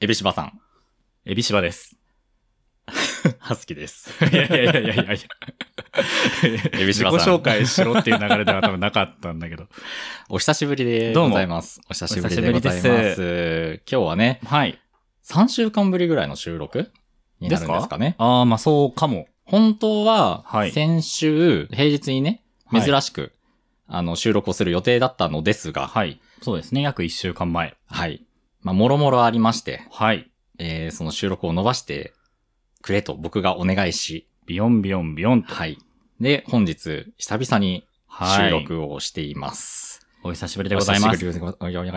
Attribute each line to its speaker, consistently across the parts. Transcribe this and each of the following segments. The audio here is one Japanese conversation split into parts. Speaker 1: エビシバさ ん、
Speaker 2: エビシバです。
Speaker 1: ハスキです。
Speaker 2: いやいやいやいやいや。
Speaker 1: エビシ
Speaker 2: 自己
Speaker 1: バさん
Speaker 2: 紹、介しろっていう流れでは多分なかったんだけど。
Speaker 1: お久しぶりでございます。お久しぶりでござい
Speaker 2: お久しぶ
Speaker 1: ま
Speaker 2: り
Speaker 1: す。今日はね、
Speaker 2: はい。
Speaker 1: 3週間ぶりぐらいの収録になるんですかね。
Speaker 2: ああ、まあそうかも。
Speaker 1: 本当は
Speaker 2: はい、
Speaker 1: 先週、平日にね、
Speaker 2: はい
Speaker 1: 珍しく、あの、収録をする予定だったのですが、はい。
Speaker 2: はい。そうですね。約1週間前。
Speaker 1: まあ、もろもろありまして、
Speaker 2: はい。
Speaker 1: えー、その収録を伸ばしてくれと僕がお願いし、
Speaker 2: ビヨンビヨンビヨンと。
Speaker 1: はい。で、本日、久々に
Speaker 2: はい。
Speaker 1: 収。録をしています。
Speaker 2: お久しぶり
Speaker 1: で
Speaker 2: でございます。
Speaker 1: お願いし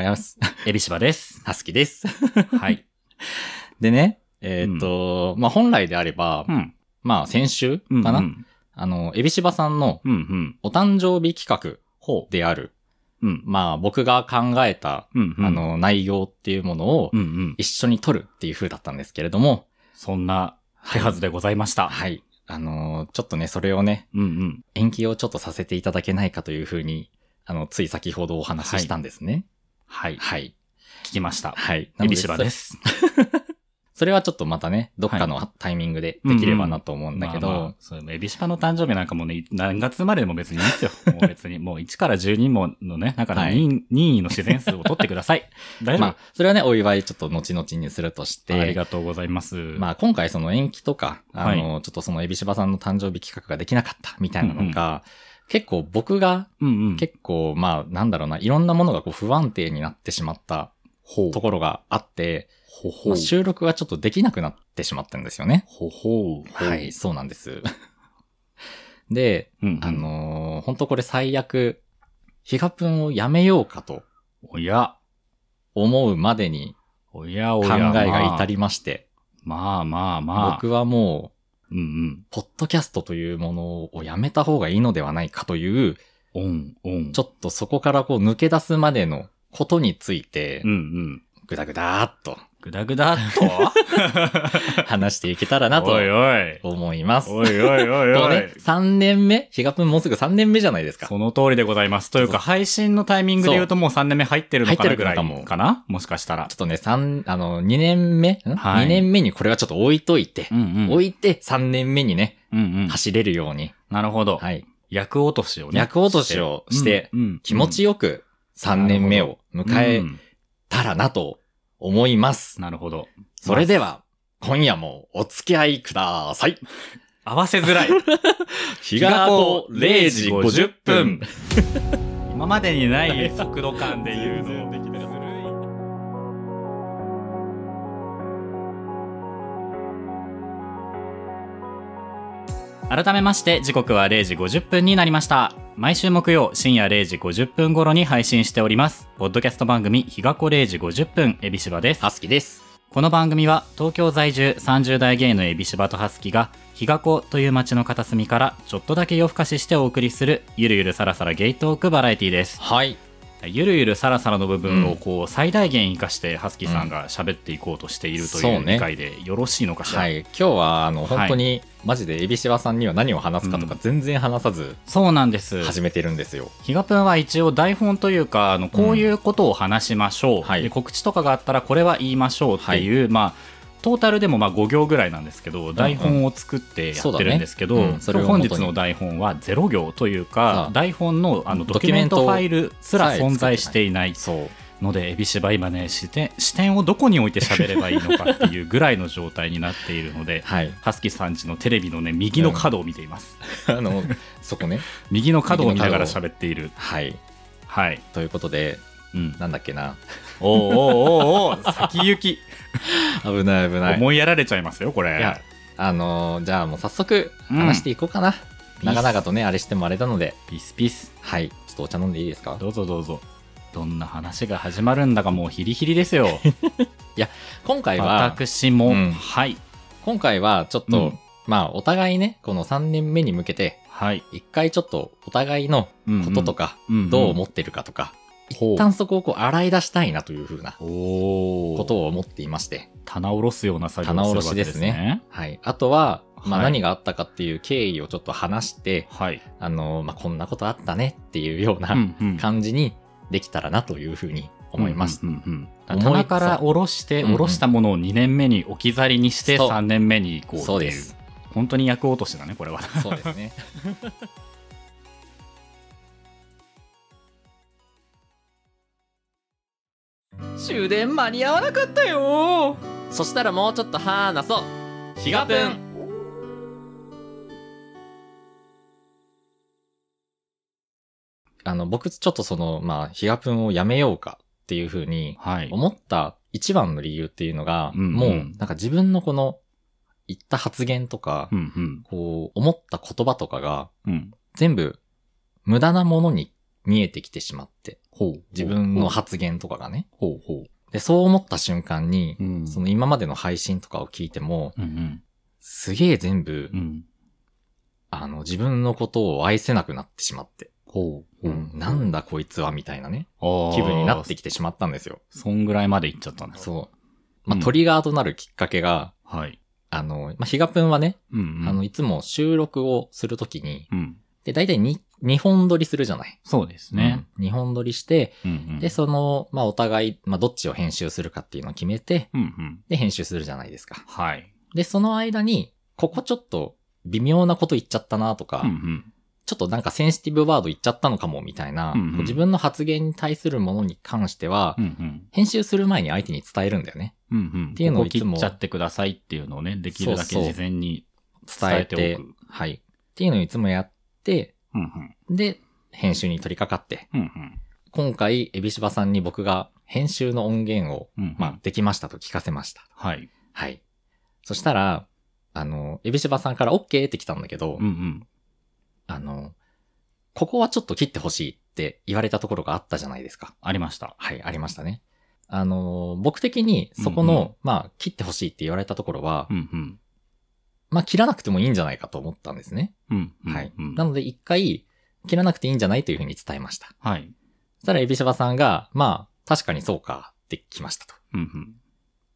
Speaker 1: ます。
Speaker 2: エビシバです。
Speaker 1: ハスキです。
Speaker 2: はい。
Speaker 1: でね、えーっと、まあ、本来であれば、
Speaker 2: うん。
Speaker 1: まあ、先週か
Speaker 2: うん。
Speaker 1: な、
Speaker 2: うん。
Speaker 1: あの、エビシバさんの
Speaker 2: うん。うん。
Speaker 1: お誕生日企画である、
Speaker 2: うん。
Speaker 1: まあ、僕が考えた、
Speaker 2: うん。うん
Speaker 1: あ、の、内容っていうものを
Speaker 2: うん。うん。
Speaker 1: 一緒に撮るっていう風だったんですけれども、
Speaker 2: そんな手はずでございました。
Speaker 1: はい。あの、ちょっとね、それをね、
Speaker 2: うんうん。
Speaker 1: 延期をちょっとさせていただけないかという風に、あの、つい先ほどお話ししたんですね。
Speaker 2: はい。
Speaker 1: はい。
Speaker 2: 聞きました。
Speaker 1: はい。。
Speaker 2: エビシバですす。
Speaker 1: それはちょっとまたね、どっかのタイミングでできればなと思うんだけど、
Speaker 2: まあまあそうエビシパの誕生日なんかもね、何月生まれでも別にいいん ですよ。もう別に、もう1から12ものね、中の
Speaker 1: はい
Speaker 2: 任意任意の自然数を取ってくだ さい。大丈
Speaker 1: ま
Speaker 2: 夫、
Speaker 1: あ、それはね、お祝いちょっと後々にするとし
Speaker 2: あり
Speaker 1: て、
Speaker 2: がとうございます。
Speaker 1: まあ今回その延期とか、あの、ちょっとそのエビシバさんの誕生日企画ができなかったみたいなのが、結構僕が、
Speaker 2: うんうん。
Speaker 1: 結構まあなんだろうな、いろんなものがこう不安定になってしまった
Speaker 2: ほう
Speaker 1: ところがあって、
Speaker 2: ほほ
Speaker 1: ま
Speaker 2: う
Speaker 1: あ収録がちょっとできなくなってしまったんですよね。
Speaker 2: ほほう。
Speaker 1: はい、。そうなんです。 で、
Speaker 2: うん、
Speaker 1: あ、のー本当これ最悪、ヒガプンをやめようかと
Speaker 2: おや、
Speaker 1: 思うまでに
Speaker 2: おやお
Speaker 1: 考
Speaker 2: や。
Speaker 1: えが至りまして、
Speaker 2: まあまあまあ。
Speaker 1: 僕はもう、
Speaker 2: うんうん。
Speaker 1: ポッドキャストというものをやめた方がいいのではないかという、
Speaker 2: オン、オン。
Speaker 1: ちょっとそこからこう抜け出すまでのことについて
Speaker 2: うん、うん。
Speaker 1: ぐだぐだーっと
Speaker 2: ぐだぐだっと
Speaker 1: 話していけたらなと
Speaker 2: おいおい。
Speaker 1: 思います。
Speaker 2: おいおいおい
Speaker 1: もう
Speaker 2: おい
Speaker 1: ね、。3年目ヒガプンもうすぐ3年目じゃないですか。
Speaker 2: その通りでございます。という
Speaker 1: そう
Speaker 2: か、配信のタイミングで言うともう3年目入ってるのか
Speaker 1: 入
Speaker 2: な
Speaker 1: っ
Speaker 2: ぐ
Speaker 1: てる
Speaker 2: ら
Speaker 1: の
Speaker 2: い
Speaker 1: か
Speaker 2: か
Speaker 1: も
Speaker 2: なもしかしたら
Speaker 1: ちょ。っとね、三あの、2年目、ん
Speaker 2: はい
Speaker 1: ?2 年目にこれはちょっと置いといて、
Speaker 2: ん
Speaker 1: 置いて3年目にね、
Speaker 2: うんうん。
Speaker 1: 走れるように、
Speaker 2: なるほど。
Speaker 1: はい、
Speaker 2: 役落としをね。
Speaker 1: 役落としをして、
Speaker 2: うんうん
Speaker 1: 気持ちよく3年目を迎
Speaker 2: う
Speaker 1: え
Speaker 2: ん
Speaker 1: たらなと思います。
Speaker 2: なるほど。
Speaker 1: それでは、今夜もお付き合いください。
Speaker 2: 合わせづらい。
Speaker 1: 日がと0時50分。。
Speaker 2: 今までにない速度感で言うのを。改めまして時刻は0時50分になりました毎週木曜深夜0時50分頃に配信しておりますポッドキャスト番組日がこ0時50分エビシバです
Speaker 1: ハスキです。
Speaker 2: この番組は東京在住30代ゲイのエビシバとハスキが日が子という街の片隅からちょっとだけ夜更かししてお送りするゆるゆるさらさらゲイトークバラエティです
Speaker 1: はい。
Speaker 2: ゆるゆるさらさらの部分
Speaker 1: う
Speaker 2: を
Speaker 1: ん
Speaker 2: こう最大限生かしてハスキさんが喋っていこうとしていると
Speaker 1: そ
Speaker 2: いうう
Speaker 1: ね
Speaker 2: 理解でよろしいのかしら、
Speaker 1: はい。今日は、あの、
Speaker 2: はい
Speaker 1: 本当に、マジで、エビシワさんには何を話すかとか
Speaker 2: うん
Speaker 1: 全然話さず
Speaker 2: そうなんです
Speaker 1: 始めてるんですよ。
Speaker 2: ヒガプンは一応台本というかあのこういうことを話しましょう、
Speaker 1: はい
Speaker 2: で告知とかがあったらこれは言いましょうっていう、まあトータルでもまあ5行ぐらいなんですけど台本を作ってや
Speaker 1: そう
Speaker 2: っ
Speaker 1: だ
Speaker 2: て
Speaker 1: ね
Speaker 2: るんですけど、
Speaker 1: うんそれを
Speaker 2: 本
Speaker 1: 元に
Speaker 2: 日の台本は0行という
Speaker 1: そ
Speaker 2: か
Speaker 1: う
Speaker 2: 台本のあの
Speaker 1: ド
Speaker 2: ド
Speaker 1: キュ
Speaker 2: キュ
Speaker 1: メ
Speaker 2: メ
Speaker 1: ン
Speaker 2: ン
Speaker 1: ト
Speaker 2: トファイルすら
Speaker 1: さえ作ってない
Speaker 2: 存在していない
Speaker 1: そう。
Speaker 2: のでエビシバ今ね視点 視点をどこに置いて喋ればいいのかっていうぐらいの状態になっている ので
Speaker 1: はい。
Speaker 2: ハスキーさんちのテレビのね右の角を見ています、
Speaker 1: あの、そこね。
Speaker 2: 右の角を見ながら喋っている
Speaker 1: はい。
Speaker 2: はい、
Speaker 1: ということで、
Speaker 2: うん、
Speaker 1: なんだっけな。
Speaker 2: おうおうおうおう先行き、
Speaker 1: 危ない危ない。
Speaker 2: 思いやられちゃいますよこ
Speaker 1: いや
Speaker 2: れ、
Speaker 1: あの、じゃあもう早速、
Speaker 2: うん
Speaker 1: 話していこうかな。
Speaker 2: うん
Speaker 1: 長々とね、あれしてもあれなので、
Speaker 2: ピスピス
Speaker 1: はい。ちょっとお茶飲んでいいですか
Speaker 2: どうぞどうぞどんな話が始まるんだかもうヒリヒリ ですよ
Speaker 1: 今回は、
Speaker 2: 私も、
Speaker 1: うん
Speaker 2: はい
Speaker 1: 今回はちょっと、
Speaker 2: うん
Speaker 1: まあお互いね、この3年目に向けて、
Speaker 2: はい
Speaker 1: 一回ちょっとお互いのこととか、
Speaker 2: うん
Speaker 1: どう思ってるかとか、
Speaker 2: ほう
Speaker 1: 一旦そこをこう洗い出したいなというふうな
Speaker 2: お
Speaker 1: こ
Speaker 2: お
Speaker 1: とを思っていまして、
Speaker 2: 棚卸すような作業をするわけですね
Speaker 1: 棚はい。あとは、まあ
Speaker 2: はい
Speaker 1: 何があったかっていう経緯をちょっと話して、
Speaker 2: はい、
Speaker 1: あの、まあこんなことあったねっていうよう
Speaker 2: う
Speaker 1: なん
Speaker 2: うん
Speaker 1: 感じにできたらなというふうに思います。
Speaker 2: うんうんうん
Speaker 1: だから
Speaker 2: 棚から下ろして、
Speaker 1: そううんうん
Speaker 2: 下ろしたものを2年目に置き去りにして、
Speaker 1: そう
Speaker 2: 3年目にこう
Speaker 1: そう
Speaker 2: ってい
Speaker 1: です。
Speaker 2: 本当に役落としだねこれは
Speaker 1: そうです ね。
Speaker 3: 終電間に合わなかったよそしたらもうちょっと話そう
Speaker 1: ヒ
Speaker 3: ガプン
Speaker 1: あの、僕、ちょっとその、まあ、ヒガプンをやめようかっていうふうに
Speaker 2: はい
Speaker 1: 思った一番の理由っていうのが、
Speaker 2: うんうん
Speaker 1: もう、なんか自分のこの、言った発言とか、
Speaker 2: うんうん
Speaker 1: こう、思った言葉とかが、
Speaker 2: うん
Speaker 1: 全部、無駄なものに見えてきてしまって、
Speaker 2: ほう
Speaker 1: 自分の発言とかがね。
Speaker 2: ほうほ
Speaker 1: で、そう思った瞬間に
Speaker 2: う、うん
Speaker 1: その今までの配信とかを聞いても、
Speaker 2: うん
Speaker 1: すげえ全部、
Speaker 2: うんうん
Speaker 1: あの、自分のことを愛せなくなってしまって、
Speaker 2: ほ
Speaker 1: う
Speaker 2: う
Speaker 1: んなんだこいつはみたいなね、
Speaker 2: ほう
Speaker 1: 気分になってきてしまったんですよ。
Speaker 2: そんぐらいまでいっちゃったんだ
Speaker 1: そう。まあ、
Speaker 2: うん
Speaker 1: トリガーとなるきっかけが、
Speaker 2: はい
Speaker 1: あの、まあ、ヒガプンはね、
Speaker 2: うんうん
Speaker 1: あの、いつも収録をするときに、
Speaker 2: うん
Speaker 1: で、大体に、2本撮りするじゃない。
Speaker 2: そうですね
Speaker 1: うん。2本撮りして、
Speaker 2: うんうん
Speaker 1: で、その、まあ、お互い、まあ、どっちを編集するかっていうのを決めて、
Speaker 2: うんうん
Speaker 1: で、編集するじゃないですか。
Speaker 2: はい
Speaker 1: で、その間に、ここちょっと微妙なこと言っちゃったなとか、
Speaker 2: うんうん
Speaker 1: ちょっとなんかセンシティブワード言っちゃったのかもみたいな、
Speaker 2: うんうん
Speaker 1: こう自分の発言に対するものに関しては、
Speaker 2: うんうん
Speaker 1: 編集する前に相手に伝えるんだよね。
Speaker 2: うんうん
Speaker 1: っていうのを
Speaker 2: ここ
Speaker 1: いつ
Speaker 2: 切
Speaker 1: も
Speaker 2: っちゃってくださいっていうのをねできるだけ
Speaker 1: そうそう
Speaker 2: 事前に
Speaker 1: 伝えて
Speaker 2: 伝えておく
Speaker 1: はい。っていうのをいつもやって、
Speaker 2: うんうん
Speaker 1: で、編集に取り掛かって、
Speaker 2: うんうん
Speaker 1: 今回、エビシバさんに僕が編集の音源を、
Speaker 2: うんうん
Speaker 1: まあ、できましたと聞かせました。
Speaker 2: はい
Speaker 1: はい。そしたら、あの、エビシバさんから OK って来たんだけど、
Speaker 2: うんうん
Speaker 1: あの、ここはちょっと切ってほしいって言われたところがあったじゃないですか。
Speaker 2: ありました
Speaker 1: はい、ありましたね。あの、僕的にそこの、
Speaker 2: うんうん
Speaker 1: まあ、切ってほしいって言われたところは、
Speaker 2: うんうん
Speaker 1: まあ、切らなくてもいいんじゃないかと思ったんですね。
Speaker 2: うんうん
Speaker 1: はい。
Speaker 2: うん
Speaker 1: なので、一回、切らなくていいんじゃないというふうに伝えました。
Speaker 2: はい
Speaker 1: そしたら、エビシバさんが、まあ、確かにそうか、って来ましたと。
Speaker 2: うん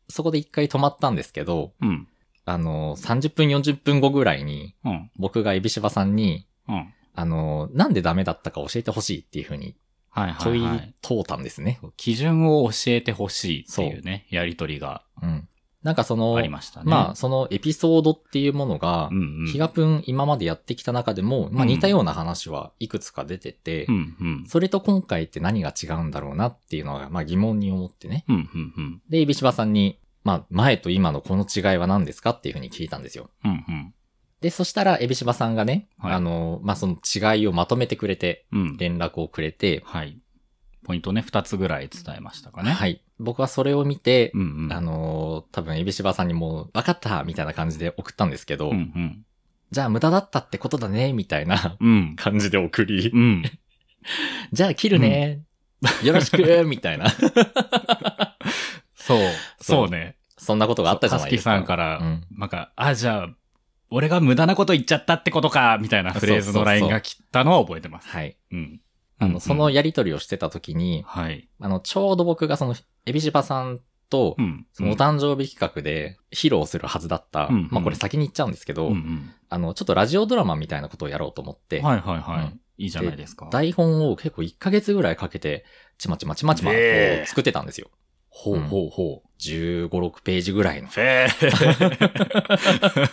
Speaker 1: そこで一回止まったんですけど、
Speaker 2: うんうん
Speaker 1: あの、30分、40分後ぐらいに、
Speaker 2: うん
Speaker 1: 僕がエビシバさんに、
Speaker 2: うんはい
Speaker 1: あの、なんでダメだったか教えてほしいっていうふうに
Speaker 2: はい
Speaker 1: 問い
Speaker 2: はい
Speaker 1: 問うたんですね。
Speaker 2: 基準を教えてほしいっていうね、やりとりが
Speaker 1: うん。なんかその、
Speaker 2: ありましたね。
Speaker 1: まあ、そのエピソードっていうものが
Speaker 2: う、んうん、
Speaker 1: ヒガプン今までやってきた中でも、まあ
Speaker 2: うん
Speaker 1: 似たような話はいくつか出てて
Speaker 2: う、んうん。
Speaker 1: それと今回って何が違うんだろうなっていうのが、まあ疑問に思ってね。
Speaker 2: うんうんうん。
Speaker 1: で、エビシバさんに、まあ前と今のこの違いは何ですかっていうふうに聞いたんですよ。
Speaker 2: うんうん。
Speaker 1: で、そしたらエビシバさんがね、
Speaker 2: はい
Speaker 1: あの、まあその違いをまとめてくれて、
Speaker 2: うん。
Speaker 1: 連絡をくれて、
Speaker 2: はい。ポイントね、二つぐらい伝えましたかね。。
Speaker 1: はいい。僕はそれを見て、
Speaker 2: うんうん。
Speaker 1: あ、のー多分、エビシバさんにもう、分かったみたいな感じで送ったんですけど、
Speaker 2: うんうん。
Speaker 1: じゃあ無駄だったってことだねみたい な
Speaker 2: うん。
Speaker 1: 感じで送り、
Speaker 2: うん。
Speaker 1: じゃあ切るね、 よろしくみたいな、
Speaker 2: そう。
Speaker 1: そう
Speaker 2: そうね。
Speaker 1: そんなことがあったじゃないですか。
Speaker 2: さんから、
Speaker 1: うん
Speaker 2: なんか、あ、じゃあ、俺が無駄なこと言っちゃったってことか、みたいなフレーズのラインが来たのは覚えてます。
Speaker 1: はい。
Speaker 2: うん。
Speaker 1: あ
Speaker 2: あ
Speaker 1: の、その、やりとりをしてた時に、
Speaker 2: はい。
Speaker 1: あの、ちょうど僕がその、エビシバさんと
Speaker 2: う、ん。
Speaker 1: そのお誕生日企画で披露するはずだった、
Speaker 2: うん
Speaker 1: まあこれ先に言っちゃうんですけど、
Speaker 2: うんうん。
Speaker 1: あの、ちょっとラジオドラマみたいなことをやろうと思って、
Speaker 2: はいはい
Speaker 1: う
Speaker 2: はい
Speaker 1: ん。
Speaker 2: いいじゃないですか。
Speaker 1: 台本を結構1ヶ月ぐらいかけて、ちまちまちまちまこ
Speaker 2: ねえ
Speaker 1: う作ってたんですよ。
Speaker 2: ほ
Speaker 1: うほ
Speaker 2: うほう。
Speaker 1: 15、6ページぐらい の
Speaker 2: フェー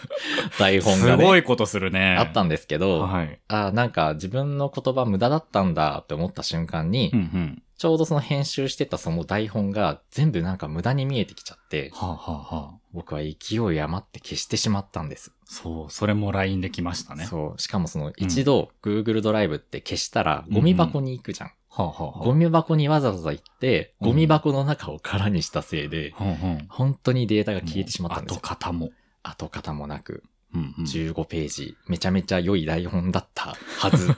Speaker 1: 台本
Speaker 2: す
Speaker 1: が
Speaker 2: ご
Speaker 1: ね、
Speaker 2: いことするね。
Speaker 1: あったんですけど、
Speaker 2: はい。
Speaker 1: あーなんか自分の言葉無駄だったんだって思った瞬間に、
Speaker 2: うんうん。
Speaker 1: ちょうどその編集してたその台本が全部なんか無駄に見えてきちゃって、
Speaker 2: はあ、はあはあ、
Speaker 1: 僕は勢い余って消してしまったんです。
Speaker 2: そう、それも LINE できましたね。
Speaker 1: そう。しかもその一度 Google ドライブって消したら
Speaker 2: うん
Speaker 1: ゴミ箱に行くじゃん。
Speaker 2: はあ、は
Speaker 1: ゴミ箱にわざわざ行って、
Speaker 2: うん
Speaker 1: ゴミ箱の中を空にしたせいで、
Speaker 2: あ、はあ。うんうん。
Speaker 1: 本当にデータが消えてしまったんですよ。
Speaker 2: 跡形も。
Speaker 1: 跡形もなく、
Speaker 2: うんうん
Speaker 1: 15ページ、めちゃめちゃ良い台本だったは ず。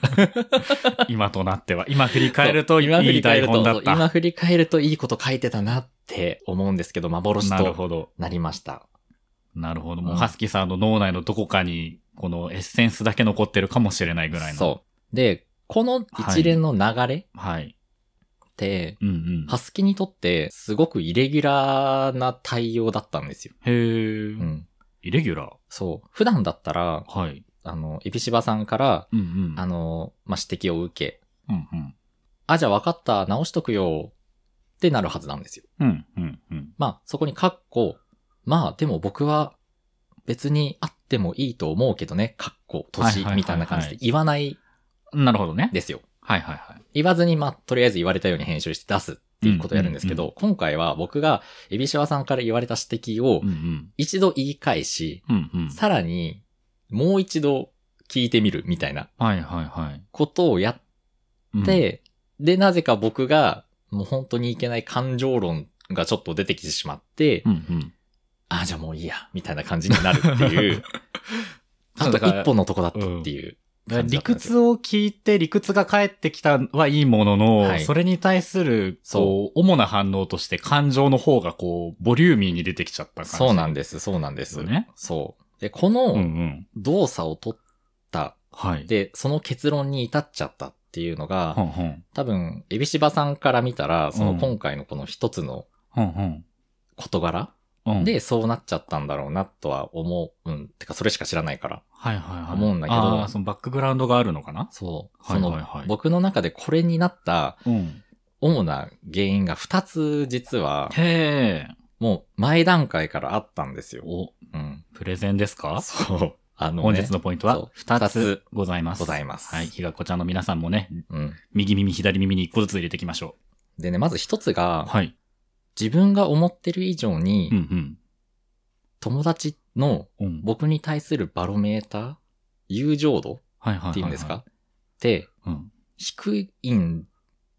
Speaker 2: 今となっては、今振り返ると、い
Speaker 1: 今振り
Speaker 2: い
Speaker 1: 返
Speaker 2: 台
Speaker 1: る
Speaker 2: 本
Speaker 1: と、
Speaker 2: だ
Speaker 1: そ
Speaker 2: っ
Speaker 1: う
Speaker 2: た。
Speaker 1: 今振り返るといいこと書いてたなって思うんですけど、幻
Speaker 2: なる
Speaker 1: と
Speaker 2: ほど。
Speaker 1: なりました。
Speaker 2: なるほど。も
Speaker 1: う
Speaker 2: う、
Speaker 1: ん
Speaker 2: ハスキーさんの脳内のどこかに、このエッセンスだけ残ってるかもしれないぐらいの。
Speaker 1: そう。で、この一連の流れ
Speaker 2: う。はい。
Speaker 1: って、
Speaker 2: うんうん。
Speaker 1: ハスキにとってすごくイレギュラーな対応だったんですよ。
Speaker 2: へえ、
Speaker 1: うん。
Speaker 2: イレギュラ
Speaker 1: そう。普段だったら、
Speaker 2: ー。はい。
Speaker 1: あの、エビシバさんから、
Speaker 2: うんうん。
Speaker 1: あの、まあ、指摘を受け、
Speaker 2: うんうん。
Speaker 1: あ、じゃあ分かった、直しとくよ。ってなるはずなんですよ。
Speaker 2: うん、うん、うん。
Speaker 1: まあ、そこにカッコ、まあ、でも僕は別にあってもいいと思うけどね、カッコ、
Speaker 2: はいは
Speaker 1: 年
Speaker 2: いはいはい
Speaker 1: みたいな感じで言わない
Speaker 2: なるほどね。
Speaker 1: ですよ。
Speaker 2: はいはいはい。
Speaker 1: 言わずに、まあ、とりあえず言われたように編集して出すっていうことをやるんですけど、今回は僕が、エビシワさんから言われた指摘を
Speaker 2: うんうん。
Speaker 1: 一度言い返し、
Speaker 2: うんうん。
Speaker 1: さらにもう一度聞いてみるみたいな
Speaker 2: はいはいはい。
Speaker 1: ことをやっ
Speaker 2: うん、
Speaker 1: て、で、なぜか僕が、もう本当にいけない感情論がちょっと出てきてしまって、
Speaker 2: うんうん。
Speaker 1: ああ、じゃあもういいや、みたいな感じになるっていう、
Speaker 2: そ
Speaker 1: あ
Speaker 2: う
Speaker 1: と
Speaker 2: だから
Speaker 1: 一歩のとこだったっていう感じ
Speaker 2: 理
Speaker 1: だったんですよ。
Speaker 2: 屈を聞いて理屈が返ってきたはいいものの、
Speaker 1: はい
Speaker 2: それに対する、
Speaker 1: そ
Speaker 2: こう、主な反応として感情の方がこう、ボリューミーに出てきちゃった感じ。
Speaker 1: そうなん
Speaker 2: で
Speaker 1: です、そうなんです。
Speaker 2: ね。
Speaker 1: そう。で、こ
Speaker 2: うんう
Speaker 1: の
Speaker 2: ん。
Speaker 1: 動作を取った、
Speaker 2: はい。、
Speaker 1: で、その結論に至っちゃったっていうの
Speaker 2: ほ
Speaker 1: が、
Speaker 2: んほん。
Speaker 1: 多分、エビシバさんから見たら、その
Speaker 2: うん
Speaker 1: 今回のこの一つの
Speaker 2: ほんほん
Speaker 1: 事柄
Speaker 2: うん。、
Speaker 1: で、そうなっちゃったんだろうなとは思う。うん。てか、それしか知らないから。
Speaker 2: はいはいはい。
Speaker 1: 思うんだけど
Speaker 2: あーそのバックグラウンドがあるのかな
Speaker 1: そう。
Speaker 2: は
Speaker 1: そ
Speaker 2: い
Speaker 1: の、
Speaker 2: はいはい
Speaker 1: 僕の中でこれになった
Speaker 2: うん。
Speaker 1: 主な原因が2つ実は、
Speaker 2: へえ。
Speaker 1: もう前段階からあったんですよ。
Speaker 2: お、
Speaker 1: うん。
Speaker 2: プレゼンですか
Speaker 1: そう。あの、ね、
Speaker 2: 本日のポイン
Speaker 1: そ
Speaker 2: トは
Speaker 1: う
Speaker 2: 2
Speaker 1: 二
Speaker 2: つ
Speaker 1: つ
Speaker 2: ございます。
Speaker 1: ございます
Speaker 2: はい。ひがこちゃんの皆さんもね、
Speaker 1: うん。
Speaker 2: 右耳、左耳に1個ずつ入れていきましょ
Speaker 1: でね、まず一つ
Speaker 2: う。
Speaker 1: が、
Speaker 2: はい。
Speaker 1: 自分が思ってる以上に、
Speaker 2: うん
Speaker 1: 友達の
Speaker 2: うん。うん。
Speaker 1: 僕に対するバロメーター友情度
Speaker 2: はいはいはは
Speaker 1: っていうんですか、って、
Speaker 2: うん。
Speaker 1: 低いん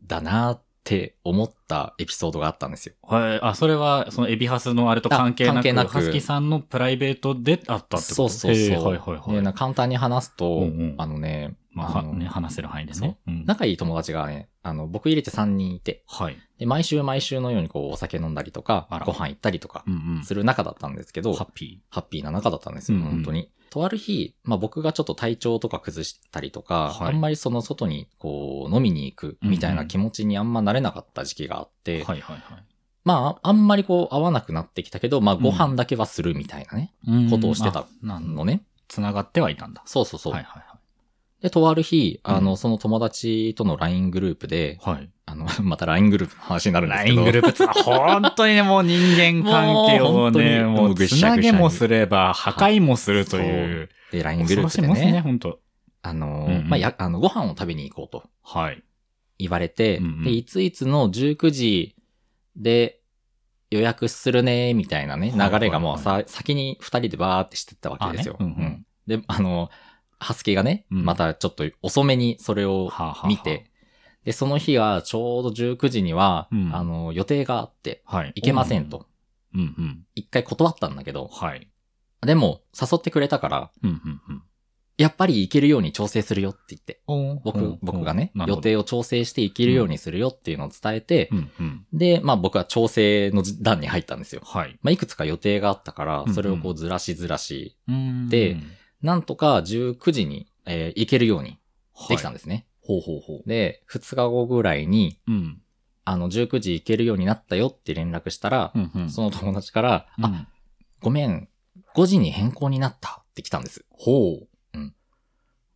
Speaker 1: だなって思ったエピソードがあったんですよ。
Speaker 2: はい。あ、それは、そのエビハスのあれと関係な
Speaker 1: あ関
Speaker 2: く、
Speaker 1: 係なく
Speaker 2: ハスキさんのプライベートであったってこと
Speaker 1: そうそうそ
Speaker 2: へー
Speaker 1: う。
Speaker 2: はいはい
Speaker 1: で
Speaker 2: は。
Speaker 1: ない簡単に話すと、
Speaker 2: うんうん
Speaker 1: あのね、
Speaker 2: まあ、は
Speaker 1: あの
Speaker 2: ね、話せる範囲でね。うん
Speaker 1: 仲いい友達がね、あの、僕入れて3人いて、
Speaker 2: はい。
Speaker 1: で、毎週毎週のようにこう、お酒飲んだりとか
Speaker 2: あら、
Speaker 1: ご飯行ったりとか
Speaker 2: うんうん。
Speaker 1: する仲だったんですけど、
Speaker 2: ハッピ
Speaker 1: ハッピーな仲だったんですよ、
Speaker 2: うんうん
Speaker 1: 本当に。とある日、まあ僕がちょっと体調とか崩したりとか、
Speaker 2: はい
Speaker 1: あんまりその外にこう、飲みに行くみたいな気持ちにあんま慣れなかった時期があって、
Speaker 2: ー。はいはいはい。
Speaker 1: まあ、あんまりこう、会わなくなってきたけど、まあご飯だけはするみたいなね、
Speaker 2: うん
Speaker 1: ことをしてた
Speaker 2: あなん
Speaker 1: のね。
Speaker 2: 繋がってはいたんだ。
Speaker 1: そうそうそう。
Speaker 2: はいはい
Speaker 1: で、とある日、
Speaker 2: うん
Speaker 1: あの、その友達との LINE グループで、
Speaker 2: はい。はい。
Speaker 1: あの、 また LINE グループの話になるんです
Speaker 2: ラ
Speaker 1: け
Speaker 2: イ
Speaker 1: ど。
Speaker 2: ングループつな、本当にね、もう人間関係
Speaker 1: もう本
Speaker 2: をね、
Speaker 1: 当に
Speaker 2: も
Speaker 1: も
Speaker 2: う
Speaker 1: うぐ
Speaker 2: つ
Speaker 1: しゃ
Speaker 2: な
Speaker 1: ぐしゃ
Speaker 2: げ
Speaker 1: に
Speaker 2: もすれば、破壊もするという。
Speaker 1: で、LINE グ
Speaker 2: 恐
Speaker 1: ル
Speaker 2: ろ
Speaker 1: ー
Speaker 2: しい
Speaker 1: プで
Speaker 2: もんですね、
Speaker 1: ね、
Speaker 2: 本当
Speaker 1: あの、
Speaker 2: うんうん
Speaker 1: まあ、や、あの、ご飯を食べに行こうと
Speaker 2: はい。
Speaker 1: 言われて、
Speaker 2: うんうん
Speaker 1: で、いついつの19時で予約するね、みたいなね、
Speaker 2: はい
Speaker 1: 流れがもうさ、先に二人でバーってしてったわけですよ。
Speaker 2: あねうんうん
Speaker 1: で、あの、ハスケがね、
Speaker 2: うん
Speaker 1: またちょっと遅めにそれを
Speaker 2: はあはあはあ
Speaker 1: 見て、で、その日はちょうど19時には、
Speaker 2: うん
Speaker 1: あの、予定があって、
Speaker 2: はい。
Speaker 1: 行けませんと。。
Speaker 2: うんうん。
Speaker 1: 一回断ったんだけど、
Speaker 2: はい。
Speaker 1: でも、誘ってくれたから、
Speaker 2: うんうんうん。
Speaker 1: やっぱり行けるように調整するよって言って、
Speaker 2: お
Speaker 1: 僕、僕がね、予。
Speaker 2: なる
Speaker 1: 定を調整して行けるようにするよっていうのを伝えて、
Speaker 2: ほどうんうん。
Speaker 1: で、まあ僕は調整の段に入ったんですよ。
Speaker 2: はい。
Speaker 1: まあいくつか予定があったから
Speaker 2: うんう、ん
Speaker 1: それをこうずらしずらし、
Speaker 2: う
Speaker 1: で
Speaker 2: ん、
Speaker 1: なんとか19時に、えー行けるようにできたん
Speaker 2: で
Speaker 1: ですね。
Speaker 2: す。ほうほうほ
Speaker 1: で、2日後ぐらいに、
Speaker 2: う。うん。
Speaker 1: あの、19時行けるようになったよって連絡したら
Speaker 2: う、んうん。
Speaker 1: その友達から、
Speaker 2: うん
Speaker 1: あ、、ごめん、5時に変更になったって来たんです。
Speaker 2: ほう。
Speaker 1: うん。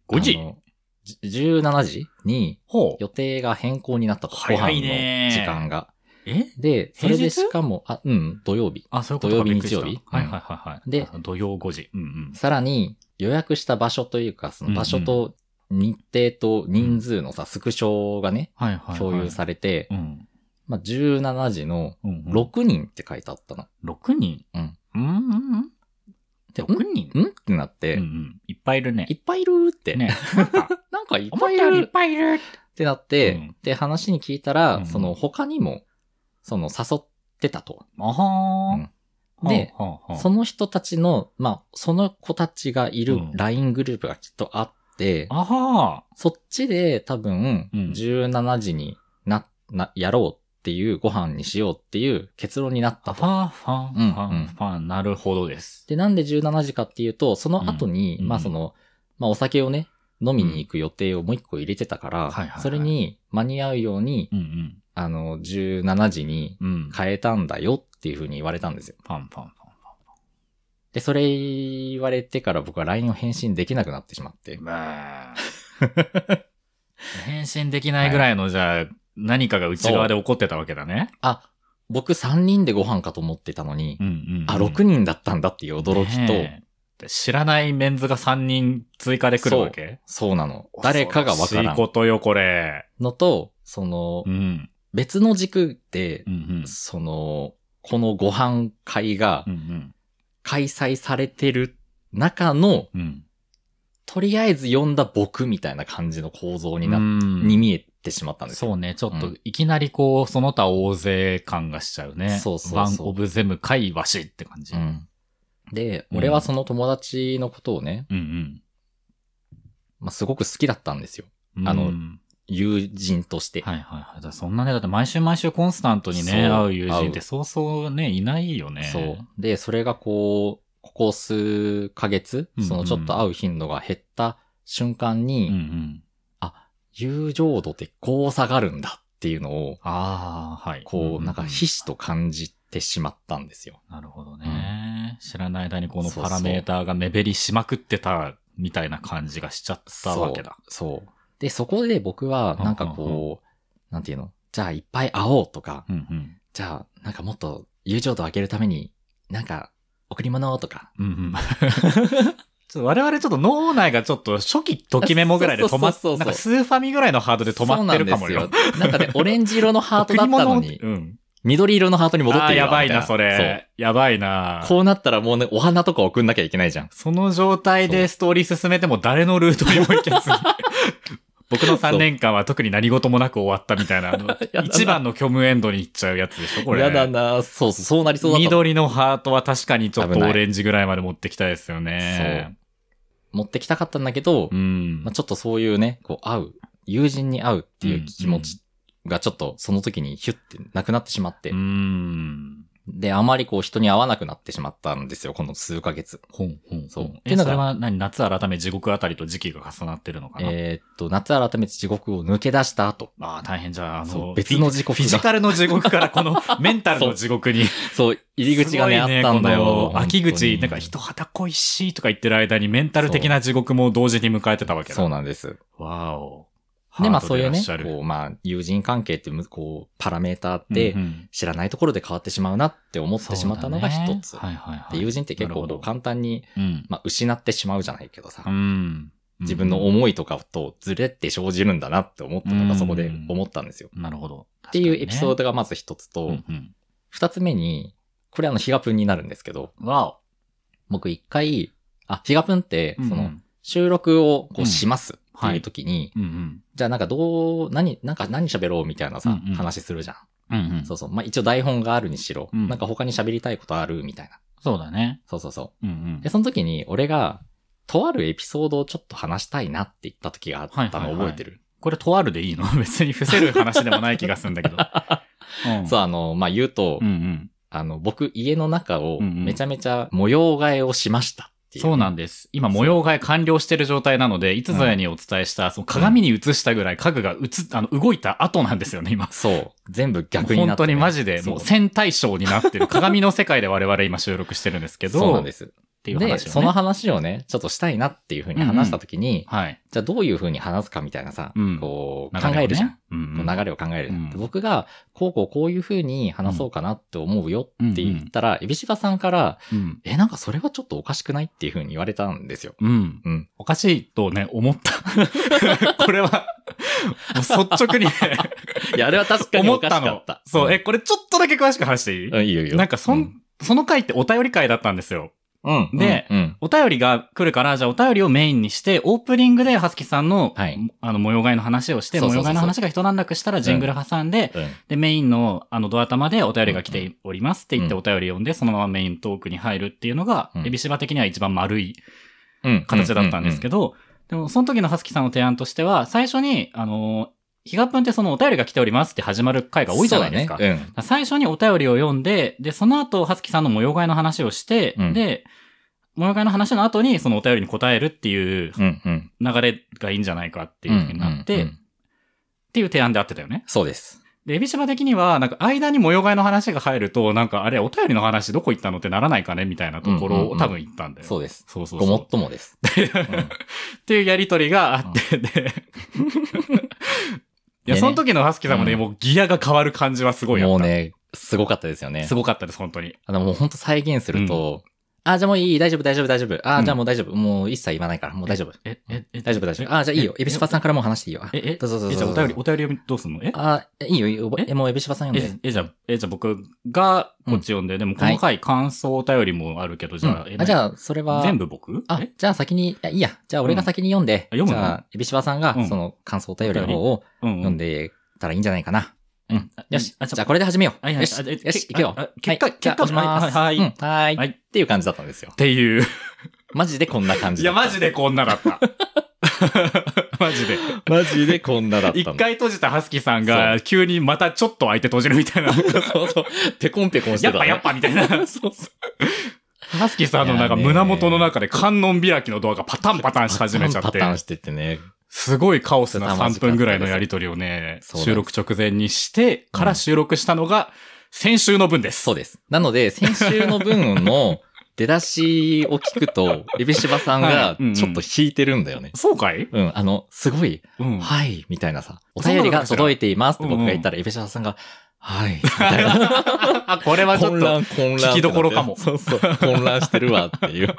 Speaker 2: 5時
Speaker 1: あのじ ?17 時に
Speaker 2: ほう。
Speaker 1: 予定が変更になったと。ご
Speaker 2: 早い
Speaker 1: 飯の
Speaker 2: ね
Speaker 1: 時間が。
Speaker 2: え
Speaker 1: で、それで
Speaker 2: 平日
Speaker 1: しかも、あ、うん、土曜日。
Speaker 2: あ、そういうことか
Speaker 1: 土曜日
Speaker 2: びっくりした
Speaker 1: 日曜日
Speaker 2: はいはいはいはい。
Speaker 1: で
Speaker 2: あ土曜5時。うんうん。
Speaker 1: さらに予約した場所というか、その場所と日程と人数のさ、スクショがね、
Speaker 2: はいはいはい。
Speaker 1: 共有されて、
Speaker 2: うん。
Speaker 1: まあ、17時の
Speaker 2: うんうん。
Speaker 1: 6人って書いてあったの。
Speaker 2: 6人
Speaker 1: うん。
Speaker 2: うんうんうん。
Speaker 1: で
Speaker 2: 6人
Speaker 1: んってなって、
Speaker 2: うんうん。いっぱいいるね
Speaker 1: い。っぱいいるって。
Speaker 2: ね。なんか、
Speaker 1: なんかいっ
Speaker 2: 思っ
Speaker 1: ぱ
Speaker 2: た
Speaker 1: いい
Speaker 2: よりいっ
Speaker 1: る
Speaker 2: ぱいいる。
Speaker 1: ってなって、
Speaker 2: うん
Speaker 1: で、話に聞いたら、
Speaker 2: うん
Speaker 1: その他にも、その誘ってたと。
Speaker 2: あはー。
Speaker 1: で
Speaker 2: はあはあはあ、
Speaker 1: その人たちの、まあ、その子たちがいうる
Speaker 2: ん
Speaker 1: LINE グループがきっとあって、
Speaker 2: あは
Speaker 1: そっちで多分、
Speaker 2: うん
Speaker 1: 17時にな、な、やろうっていう、ご飯にしようっていう結論になっ
Speaker 2: ー。
Speaker 1: た
Speaker 2: フ
Speaker 1: と。
Speaker 2: ァン、ファン、
Speaker 1: うん
Speaker 2: ファ
Speaker 1: う
Speaker 2: ン、
Speaker 1: ん
Speaker 2: ファン、なるほどです。
Speaker 1: で、なんで17時かっていうと、その後に、
Speaker 2: うん
Speaker 1: まあ
Speaker 2: うん
Speaker 1: その、まあお酒をね、飲みに行く予定をもう一個入れてたから、
Speaker 2: はいはいはい
Speaker 1: それに間に合うように、
Speaker 2: うん
Speaker 1: あの、17時に
Speaker 2: うん。うん。フ
Speaker 1: 変えたんだよっていうふうに言われたんですよ。
Speaker 2: ァン、ファン、ファン。
Speaker 1: で、それ言われてから僕は LINE を返信できなくなってしまって。
Speaker 2: まあ。返信できないぐらいの、じゃあ、何かが内側で起こってたわけだね。
Speaker 1: あ、僕3人でご飯かと思ってたのに、
Speaker 2: うんうんうん
Speaker 1: あ、6人だったんだっていう驚きと、
Speaker 2: ねえ知らないメンズが3人追加で来るわけ
Speaker 1: そうなの。誰かがわか
Speaker 2: 恐ろ
Speaker 1: ら
Speaker 2: しい
Speaker 1: ん
Speaker 2: ことよ、これ。
Speaker 1: のと、その
Speaker 2: う、ん。
Speaker 1: 別の軸で
Speaker 2: う、ん
Speaker 1: その、このご飯会が
Speaker 2: うん。うん
Speaker 1: 開催されてる中の、
Speaker 2: うん。うん。
Speaker 1: とりあえず呼んだ僕みたいな感じの構造にな、
Speaker 2: うん
Speaker 1: に見えてしまったんですよ。
Speaker 2: そうね、ちょっ
Speaker 1: う
Speaker 2: と
Speaker 1: ん、
Speaker 2: いきなりこう、その他大勢感がしちゃうね。
Speaker 1: そうそうそう
Speaker 2: ワンオブゼム会わしって感じ。
Speaker 1: うんで、
Speaker 2: うん
Speaker 1: 俺はその友達のことをね、
Speaker 2: うん
Speaker 1: まあ、すごく好きだったんですよ。
Speaker 2: うん。
Speaker 1: あの
Speaker 2: うん
Speaker 1: 友人として。
Speaker 2: はいはいはい。だからそんなね、だって毎週毎週コンスタントに
Speaker 1: そ
Speaker 2: ね、
Speaker 1: う
Speaker 2: 会う友人ってそうそうね、いないよね。
Speaker 1: そう。で、それがこう、ここ数ヶ月
Speaker 2: うんう、ん
Speaker 1: そのちょっと会う頻度が減った瞬間
Speaker 2: う
Speaker 1: に、
Speaker 2: んうん。
Speaker 1: 友情度ってこう下がるんだっていうのを、
Speaker 2: ああ、はい。
Speaker 1: こう、なんかひしと感じてしまったんですよ。
Speaker 2: なるほどね。知らない間にこの
Speaker 1: そう
Speaker 2: パラメーターが目減りしまくってたみたいな感じがしちゃったわけだ。
Speaker 1: そう。そう。で、そこで僕は、なんか
Speaker 2: うんう
Speaker 1: こう、なんていうのじゃあいっぱい会おうとか、
Speaker 2: うんうん。
Speaker 1: じゃあ、なんかもっと友情度上げるために、なんか、贈り物とか。
Speaker 2: うんうん。 ちょっと我々ちょっと脳内がちょっと初期ときメモぐらいで止ま
Speaker 1: そうそう
Speaker 2: っ
Speaker 1: そうそう
Speaker 2: なんかスーファミぐらいのハードで止まってるかも
Speaker 1: そうな
Speaker 2: よ
Speaker 1: ん。ですよ。なんかね、オレンジ色のハートだったのに
Speaker 2: 贈り、物うん。
Speaker 1: 緑色のハートに戻って
Speaker 2: あー
Speaker 1: るよ
Speaker 2: やばいな、
Speaker 1: みた
Speaker 2: それ。やばいな
Speaker 1: そう。。こうなったらもうね、お花とか送んなきゃいけないじゃん。
Speaker 2: その状態でストーリー進めても誰のルートにも行 けずに。僕の3年間は特に何事もなく終わったみたい な、あの
Speaker 1: だな
Speaker 2: 一番の虚無エンドに行っちゃうやつでしょ、これ。
Speaker 1: やだなそうそう、そうなりそうだった。
Speaker 2: 緑のハートは確かにちょっ
Speaker 1: 危
Speaker 2: と
Speaker 1: ない
Speaker 2: オレンジぐらいまで持ってきたいですよね。
Speaker 1: 持ってきたかったんだけど、
Speaker 2: うん
Speaker 1: まあ、。ちょっとそういうね、こう、会う、友人に会うっていう気持ちがちょっとその時にヒュッてなくなってしまって、
Speaker 2: うん。
Speaker 1: で、あまりこう人に会わなくなってしまったんですよ、この数ヶ月。
Speaker 2: ほんほん
Speaker 1: そう
Speaker 2: え、
Speaker 1: でなん
Speaker 2: そ
Speaker 1: か
Speaker 2: れは何夏改め地獄あたりと時期が重なってるのかな、
Speaker 1: えーっと、夏改めて地獄を抜け出した後、
Speaker 2: ああ、大変じゃあ、あ
Speaker 1: そ
Speaker 2: の、
Speaker 1: う別の地獄が
Speaker 2: フィジカルの地獄か らこのメンタルの地獄に。
Speaker 1: そう、入り口がね、
Speaker 2: すごい
Speaker 1: あったんだ
Speaker 2: この
Speaker 1: よ。
Speaker 2: 秋口、
Speaker 1: 本当
Speaker 2: な
Speaker 1: に
Speaker 2: んか人肌恋しいとか言ってる間にメンタル的な地獄も同時に迎えてたわけだ。
Speaker 1: そうなんです。
Speaker 2: わお。
Speaker 1: で、まあそういうね、
Speaker 2: ハードでいらっしゃる
Speaker 1: こう、まあ、友人関係ってむ、こう、パラメーターって
Speaker 2: うんう、ん
Speaker 1: 知らないところで変わってしまうなって思ってしまったのが一つ。
Speaker 2: そうだねはいはいはい。
Speaker 1: で友人って結構
Speaker 2: なる
Speaker 1: こう
Speaker 2: ほど
Speaker 1: 簡単に、
Speaker 2: うん。
Speaker 1: まあ、失ってしまうじゃないけどさ、
Speaker 2: うん。
Speaker 1: 自分の思いとかとずれって生じるんだなって思ったの
Speaker 2: う
Speaker 1: が
Speaker 2: ん
Speaker 1: そこで思ったんですよ。
Speaker 2: なるほど。っ
Speaker 1: っていうエピソードがまず一つと、
Speaker 2: うん
Speaker 1: 二つ目に、これあの、ヒガプンになるんですけど、
Speaker 2: うん、わ
Speaker 1: 僕一回、あ、ヒガプンって、
Speaker 2: お。
Speaker 1: そ
Speaker 2: うん
Speaker 1: の、
Speaker 2: うん
Speaker 1: 収録をこ
Speaker 2: うん
Speaker 1: うしますっていう時に、
Speaker 2: うん
Speaker 1: じゃあなんかどう、何、なんか何喋ろうみたいなさ、
Speaker 2: うんうん
Speaker 1: 話するじゃん。
Speaker 2: うん。うんうん
Speaker 1: そうそう。まあ、一応台本があるにしろ、
Speaker 2: うん
Speaker 1: なんか他に喋りたいことあるみたいな。
Speaker 2: そうだね。
Speaker 1: そうそうそ
Speaker 2: うんう
Speaker 1: う。
Speaker 2: ん
Speaker 1: で、。その時に俺が、とあるエピソードをちょっと話したいなって言った時があった
Speaker 2: はい
Speaker 1: の
Speaker 2: はいはい
Speaker 1: 覚えてる。
Speaker 2: これ、とあるでいいの 別に伏せる話でもない気がするん だけど。うん
Speaker 1: そう、あの、まあ、言うと、
Speaker 2: うんうん。
Speaker 1: あの、僕、家の中を
Speaker 2: うんうん
Speaker 1: めちゃめちゃ模様替えをしましたっていう。
Speaker 2: そうなんです。今、模様替え完了してる状態なので、いつぞやにお伝えした、その鏡に映したぐらい家具が映っ、あの、動いた後なんですよね、今。
Speaker 1: そう。全部逆になっ
Speaker 2: 本
Speaker 1: て
Speaker 2: 当
Speaker 1: ね、
Speaker 2: にマジで、もう
Speaker 1: そう
Speaker 2: 戦対称になってる。鏡の世界で我々今収録してるんですけど、。
Speaker 1: そうなんですす。
Speaker 2: っていう
Speaker 1: で、
Speaker 2: 話をね。
Speaker 1: その話をね、ちょっとしたいなっていうふうに話した時に、
Speaker 2: はい。
Speaker 1: じゃあどういうふうに話すかみたいなさ、
Speaker 2: うん
Speaker 1: こう、
Speaker 2: 流
Speaker 1: 考
Speaker 2: れをね
Speaker 1: えるじゃん。。
Speaker 2: うんうん。
Speaker 1: こう流れを考えるじゃん、
Speaker 2: うん
Speaker 1: で僕が、こうこうこういう風に話そうかなって思うよって言ったら、エビシバさんから、
Speaker 2: うん。
Speaker 1: え、なんかそれはちょっとおかしくないっていう風に言われたんですよ。
Speaker 2: うん。
Speaker 1: うん。
Speaker 2: おかしいとね、思った。 これは、もう率直にね、
Speaker 1: いや、あれは確かに
Speaker 2: 思
Speaker 1: お
Speaker 2: っ
Speaker 1: かしたか
Speaker 2: の
Speaker 1: っ。た。
Speaker 2: そう、
Speaker 1: ん
Speaker 2: え、、これちょっとだけ詳しく話していい、
Speaker 1: うん、いいよいいよ。
Speaker 2: なんかそん、
Speaker 1: うん、
Speaker 2: その回ってお便り回だったんですよ。
Speaker 1: うん
Speaker 2: で
Speaker 1: うん。
Speaker 2: お便りが来るから、じゃあお便りをメインにして、オープニングで、はすきさんの、
Speaker 1: はい
Speaker 2: あの、模様替えの話をして、
Speaker 1: そう
Speaker 2: 模
Speaker 1: そうそうそう
Speaker 2: 様替えの話が一段落したら、ジングル挟んで、
Speaker 1: うん
Speaker 2: で、メインの、あの、ドア玉でお便りが来
Speaker 1: うん
Speaker 2: ておりますって言って、
Speaker 1: うん
Speaker 2: お便り読んで、そのままメイントークに入るっていうのが、
Speaker 1: うん
Speaker 2: エビシバ的には一番丸い
Speaker 1: うん。
Speaker 2: 形だったんですけ
Speaker 1: ど。
Speaker 2: ど、でもその時のハスキさんの提案としては、最初に、あの、ヒガプンってそのお便りが来ておりますって始まる回が多いじゃないですか。
Speaker 1: そうだね。
Speaker 2: だから最初にお便りを読んで、で、その後、ハスキさんの模様替えの話をして、
Speaker 1: うん
Speaker 2: で、模様替えの話の後にそのお便りに答えるっていう
Speaker 1: うん。うん、うん。
Speaker 2: 流れがいいんじゃないかっていうふうになって、
Speaker 1: うんうんう
Speaker 2: っ
Speaker 1: ん
Speaker 2: ていう提案であってたよね。
Speaker 1: そうです。
Speaker 2: で、エビシバ的には、なんか間に模様替えの話が入ると、なんかあれ、お便りの話どこ行ったのってならないかねみたいなとこ
Speaker 1: うんう
Speaker 2: ろ
Speaker 1: んう
Speaker 2: を
Speaker 1: ん
Speaker 2: 多分言ったんだよ。
Speaker 1: そうです。
Speaker 2: そう そうそ
Speaker 1: ご
Speaker 2: う。
Speaker 1: もっともです。
Speaker 2: っていうやりとりがあって、で、や、
Speaker 1: でね
Speaker 2: その時のハスキーさんもね、
Speaker 1: うん
Speaker 2: もうギアが変わる感じはすごいあった。
Speaker 1: もうね、すごかったですよね
Speaker 2: す。ごかったです、本当に。
Speaker 1: あの、もうほんと再現すると、あ、じゃあもういい、大丈夫、大丈夫、大丈夫。あ、じゃあもう大丈夫。もう一切言わないから、もう大丈夫。
Speaker 2: え、え、え、
Speaker 1: 大丈夫、大丈夫。あ、じゃあいいよ。エビシバさんからもう話していいよ。あ
Speaker 2: え、え、
Speaker 1: どうぞどう
Speaker 2: え
Speaker 1: ぞ
Speaker 2: じゃあ
Speaker 1: ど
Speaker 2: お
Speaker 1: うぞ
Speaker 2: 便り、お便り読みどうすんのえ
Speaker 1: あ、いいよいいよ、
Speaker 2: え
Speaker 1: え、もうエビシバさん読ん
Speaker 2: え
Speaker 1: で。、
Speaker 2: え、じゃあ、え、じゃあ僕がこっち読んで、でもこの回感想お便りもあるけど、じゃあ、え
Speaker 1: うんあ、じゃあ、それは、
Speaker 2: 全部僕
Speaker 1: あ
Speaker 2: え、
Speaker 1: じゃあ先に、いやいいや。じゃあ俺が先に読んで、
Speaker 2: うんあ読む
Speaker 1: じ
Speaker 2: の
Speaker 1: ゃあ、エビシバさんが
Speaker 2: うん
Speaker 1: その感想お便りの方を
Speaker 2: うんうん
Speaker 1: 読んでたらいいんじゃないかな。
Speaker 2: うん
Speaker 1: うん
Speaker 2: あ
Speaker 1: よし。
Speaker 2: あ
Speaker 1: じゃあこれで始めよう。
Speaker 2: はいはい
Speaker 1: よし。
Speaker 2: あえ
Speaker 1: よ
Speaker 2: け
Speaker 1: し、行くよ
Speaker 2: ああ。結果
Speaker 1: はいじゃあ
Speaker 2: 結果
Speaker 1: 押します。
Speaker 2: はいはいはい
Speaker 1: うんはい
Speaker 2: はい
Speaker 1: っていう感じだったんですよ
Speaker 2: っ。ていう。
Speaker 1: マジでこんな感じ
Speaker 2: い
Speaker 1: だ
Speaker 2: や、
Speaker 1: った。
Speaker 2: マジでこんなだった。 マジで。
Speaker 1: マジでこんなだった
Speaker 2: 一
Speaker 1: の。
Speaker 2: 回閉じたハスキーさんが、急にまたちょっと相手閉じるみたいな。
Speaker 1: そうそう。ペコンペコンして、
Speaker 2: やったぱやっぱみたいな。
Speaker 1: そうそ
Speaker 2: ハスキーさんのなんか
Speaker 1: いやね
Speaker 2: 胸元の中で観音開きのドアがパタンパタン
Speaker 1: う。
Speaker 2: し始めちゃっ
Speaker 1: パタ
Speaker 2: て
Speaker 1: ーン、パターンしてってね。
Speaker 2: すごいカオスな
Speaker 1: 凄まじかっ
Speaker 2: 3
Speaker 1: たです
Speaker 2: 分ぐらいのやりとりをね、
Speaker 1: そうなん
Speaker 2: 収録直前にして、から収録したのが、先週の分です。
Speaker 1: そうです。なの で、先週の分の出だしを聞くと、エビシバさん
Speaker 2: は
Speaker 1: が
Speaker 2: いうんうん
Speaker 1: ちょっと引いてるんだよね。
Speaker 2: そうかい
Speaker 1: うん、あの、すごい、
Speaker 2: うん。
Speaker 1: はい、みたいなさ、お
Speaker 2: そうな
Speaker 1: 便
Speaker 2: の
Speaker 1: り
Speaker 2: かしら
Speaker 1: が届いていますって僕が言ったら、エビシバさんが、はい、みたいな。
Speaker 2: あ、 これはちょ
Speaker 1: 混
Speaker 2: っと、
Speaker 1: 乱、混乱ってなって。
Speaker 2: 聞きどころかも
Speaker 1: そうそう、混乱してるわって いう。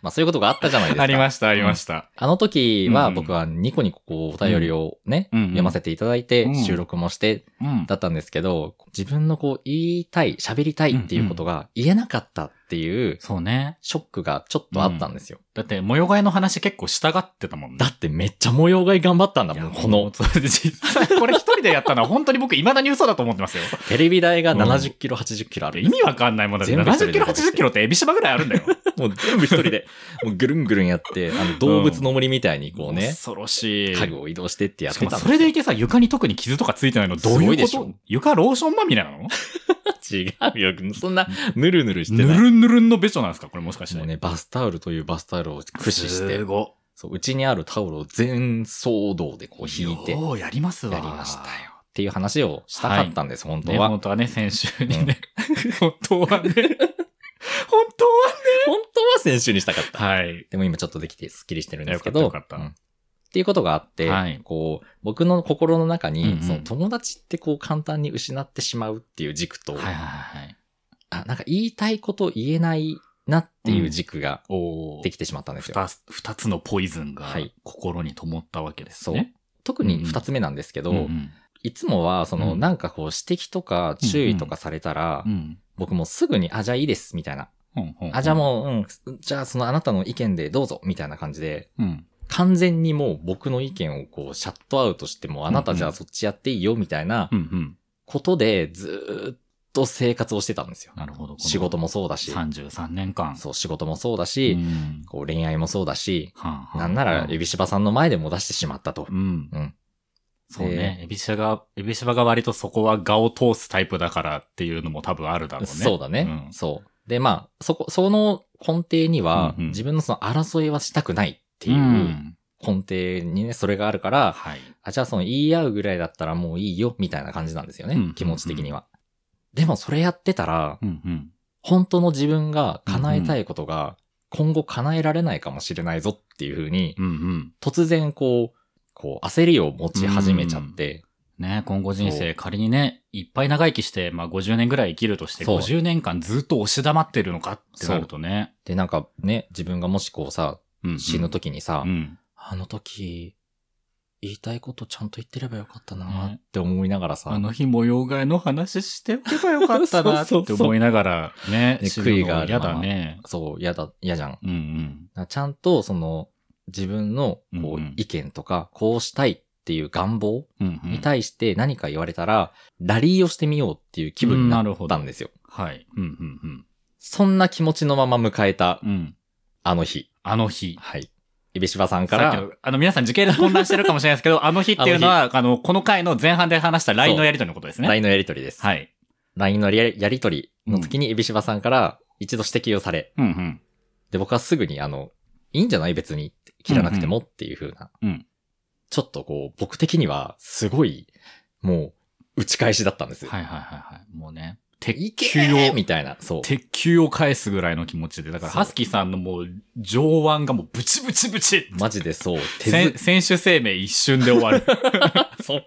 Speaker 1: まあそういうことがあったじゃないですか。
Speaker 2: ありました、ありました。
Speaker 1: あの時
Speaker 2: う
Speaker 1: は
Speaker 2: ん
Speaker 1: 僕はニコニコこうお便りをね、
Speaker 2: うんうん
Speaker 1: 読ませていただいうて
Speaker 2: ん
Speaker 1: 収録もして
Speaker 2: うん。
Speaker 1: だったんですけど、自分のこう言いたい、喋りたいっていうことが言えなかったっていう
Speaker 2: そうね。
Speaker 1: ショックがちょっとあったんですよ。
Speaker 2: だって、模様替えの話結構したがってたもんね
Speaker 1: だ。ってめっちゃ模様替え頑張ったんだ
Speaker 2: い
Speaker 1: も
Speaker 2: や
Speaker 1: ん。この
Speaker 2: そう実際これ一人でやったのは本当に僕未だに嘘だと思ってますよ。
Speaker 1: テレビ台が
Speaker 2: うん
Speaker 1: 70キロ、80キロある。
Speaker 2: 意味わかんないもんだって
Speaker 1: 全部一人
Speaker 2: 70キ
Speaker 1: で
Speaker 2: ロ、80キロってエビシバぐらいあるんだよ。
Speaker 1: もう全部一人で、 もうぐるんぐるんやって、あの動物の森みたいにこうね、
Speaker 2: 恐ろしい。
Speaker 1: 家具を移動してってやっ
Speaker 2: してかも
Speaker 1: たん
Speaker 2: それでいてさ、床に特に傷とかついてないのどう
Speaker 1: すごい
Speaker 2: い
Speaker 1: で
Speaker 2: うこ
Speaker 1: しょ
Speaker 2: と床ローションまみれなの
Speaker 1: 違うよ。そんな、ぬるぬるして
Speaker 2: ぬ
Speaker 1: ない。
Speaker 2: るんぬるんのべちょなんですかこれもしかし
Speaker 1: も
Speaker 2: て。
Speaker 1: うね、バスタオルというバスタオルを駆使して
Speaker 2: す、ご
Speaker 1: そう、うちにあるタオルを全騒動でこう引いて、や
Speaker 2: ようやりますわ。
Speaker 1: りましたよ。。っていう話をしたかったんです、本当
Speaker 2: ね、
Speaker 1: は。
Speaker 2: 本当はね、先週にね。 本当はね。本当は
Speaker 1: 本当は先週にしたかった。
Speaker 2: はい。
Speaker 1: でも今ちょっとできてスッキリしてるんですけど、
Speaker 2: よかったよかった
Speaker 1: うんっていうことがあって、
Speaker 2: はい
Speaker 1: こう、僕の心の中に、
Speaker 2: うんうん
Speaker 1: その友達ってこう簡単に失ってしまうっていう軸と、
Speaker 2: はいはいはい。
Speaker 1: あ、なんか言いたいこと言えないなっていう軸が
Speaker 2: お
Speaker 1: できてしまったんですよ。
Speaker 2: 二つ二つのポイズンが
Speaker 1: はい
Speaker 2: 心に灯ったわけです
Speaker 1: そう
Speaker 2: ね。。
Speaker 1: 特に二つ目なんですけど、
Speaker 2: うんうん
Speaker 1: いつもは、その、
Speaker 2: うん
Speaker 1: なんかこう、指摘とか注意とかされたら、
Speaker 2: うん
Speaker 1: 僕もうすぐに、あ、じゃあいいです、みたいな。
Speaker 2: うんうん
Speaker 1: あ、じゃあもう、うん、じゃあそのあなたの意見でどうぞ、みたいな感じで、
Speaker 2: うん。
Speaker 1: 完全にもう僕の意見をこう、シャットアウトして、もうあなた
Speaker 2: うんうん
Speaker 1: じゃあそっちやっていいよ、みたいな
Speaker 2: うんうん。
Speaker 1: ことで、ずーっと生活をしてたんですよ。
Speaker 2: なるほど。
Speaker 1: 仕事もそうだし、
Speaker 2: 33年間。
Speaker 1: そう、仕事もそうだ
Speaker 2: う
Speaker 1: し、
Speaker 2: ん
Speaker 1: こう恋愛もそうだし、
Speaker 2: はんはん
Speaker 1: なんなら、エビシバさんの前でも出してしまったと
Speaker 2: う。ん。
Speaker 1: うん
Speaker 2: そうね。エビシバが、エビシバが割とそこは画を通すタイプだからっていうのも多分あるだろうね。
Speaker 1: そうだね。
Speaker 2: ん
Speaker 1: そう。で、まあ、そこ、その根底には、
Speaker 2: うんうん
Speaker 1: 自分のその争いはしたくないっていううん根底にね、それがあるから、
Speaker 2: はい。
Speaker 1: あ、じゃあその言い合うぐらいだったらもういいよ、みたいな感じなんですよね。
Speaker 2: うんうんうん
Speaker 1: 気持ち的には。でもそれやってたら、
Speaker 2: うんうん。
Speaker 1: 本当の自分が叶えたいことが、今後叶えられないかもしれないぞっていうふうに、
Speaker 2: うんうん。
Speaker 1: 突然こう、こう焦りを持ち始めちゃって、
Speaker 2: ね今後人生仮にね、いっぱい長生きして、まあ50年ぐらい生きるとして、
Speaker 1: そう
Speaker 2: 50年間ずっと押し黙ってるのかってなるとね。
Speaker 1: で、なんかね、自分がもしこうさ、
Speaker 2: うんうん
Speaker 1: 死ぬ時にさ、
Speaker 2: うん。
Speaker 1: あの時、言いたいことちゃんと言ってればよかったなって思いながらさ、、
Speaker 2: あの日模様替えの話しておけばよかったなって思いながらね
Speaker 1: そうそうそう
Speaker 2: 死
Speaker 1: ね悔い
Speaker 2: ぬの
Speaker 1: がある
Speaker 2: 嫌
Speaker 1: まま
Speaker 2: だね。
Speaker 1: そう、嫌だ、嫌じゃん。
Speaker 2: うんうん。
Speaker 1: ちゃんと、その、自分のこ
Speaker 2: う
Speaker 1: うん
Speaker 2: うん
Speaker 1: 意見とか、こうしたいっていう願望
Speaker 2: うんうん
Speaker 1: に対して何か言われたら、ラリーをしてみようっていう気分になったんですよ。
Speaker 2: はい。うんうん
Speaker 1: そんな気持ちのまま迎えた
Speaker 2: うん。うん。
Speaker 1: あの日。
Speaker 2: あの日。
Speaker 1: はい。エビシバさんか
Speaker 2: さっき
Speaker 1: ら
Speaker 2: の、あの、皆さん時系列混乱してるかもしれないですけど、あの日っていうのは、あの、この回の前半で話した LINE のやりとりのことですね。
Speaker 1: LINE のやりとりです。
Speaker 2: はい。
Speaker 1: LINE のやりやりとりの時にエビシバさんから一度指摘をされ、
Speaker 2: うんうん。
Speaker 1: で、僕はすぐにあの、いいんじゃない別に。切らなくてもっていう風な。
Speaker 2: うん
Speaker 1: ちょっとこう、僕的には、すごい、もう、打ち返しだったんですよ。
Speaker 2: はいはいはいはい。もうね。鉄
Speaker 1: いけ
Speaker 2: 球を
Speaker 1: ーみたいな、そう。
Speaker 2: 鉄球を返すぐらいの気持ちで、だから、
Speaker 1: そう
Speaker 2: ハスキーさんのもう、上腕がもう、ブチブチブチ
Speaker 1: マジでそう。手
Speaker 2: せん
Speaker 1: ず、
Speaker 2: 選手生命一瞬で終 わる。
Speaker 1: そう。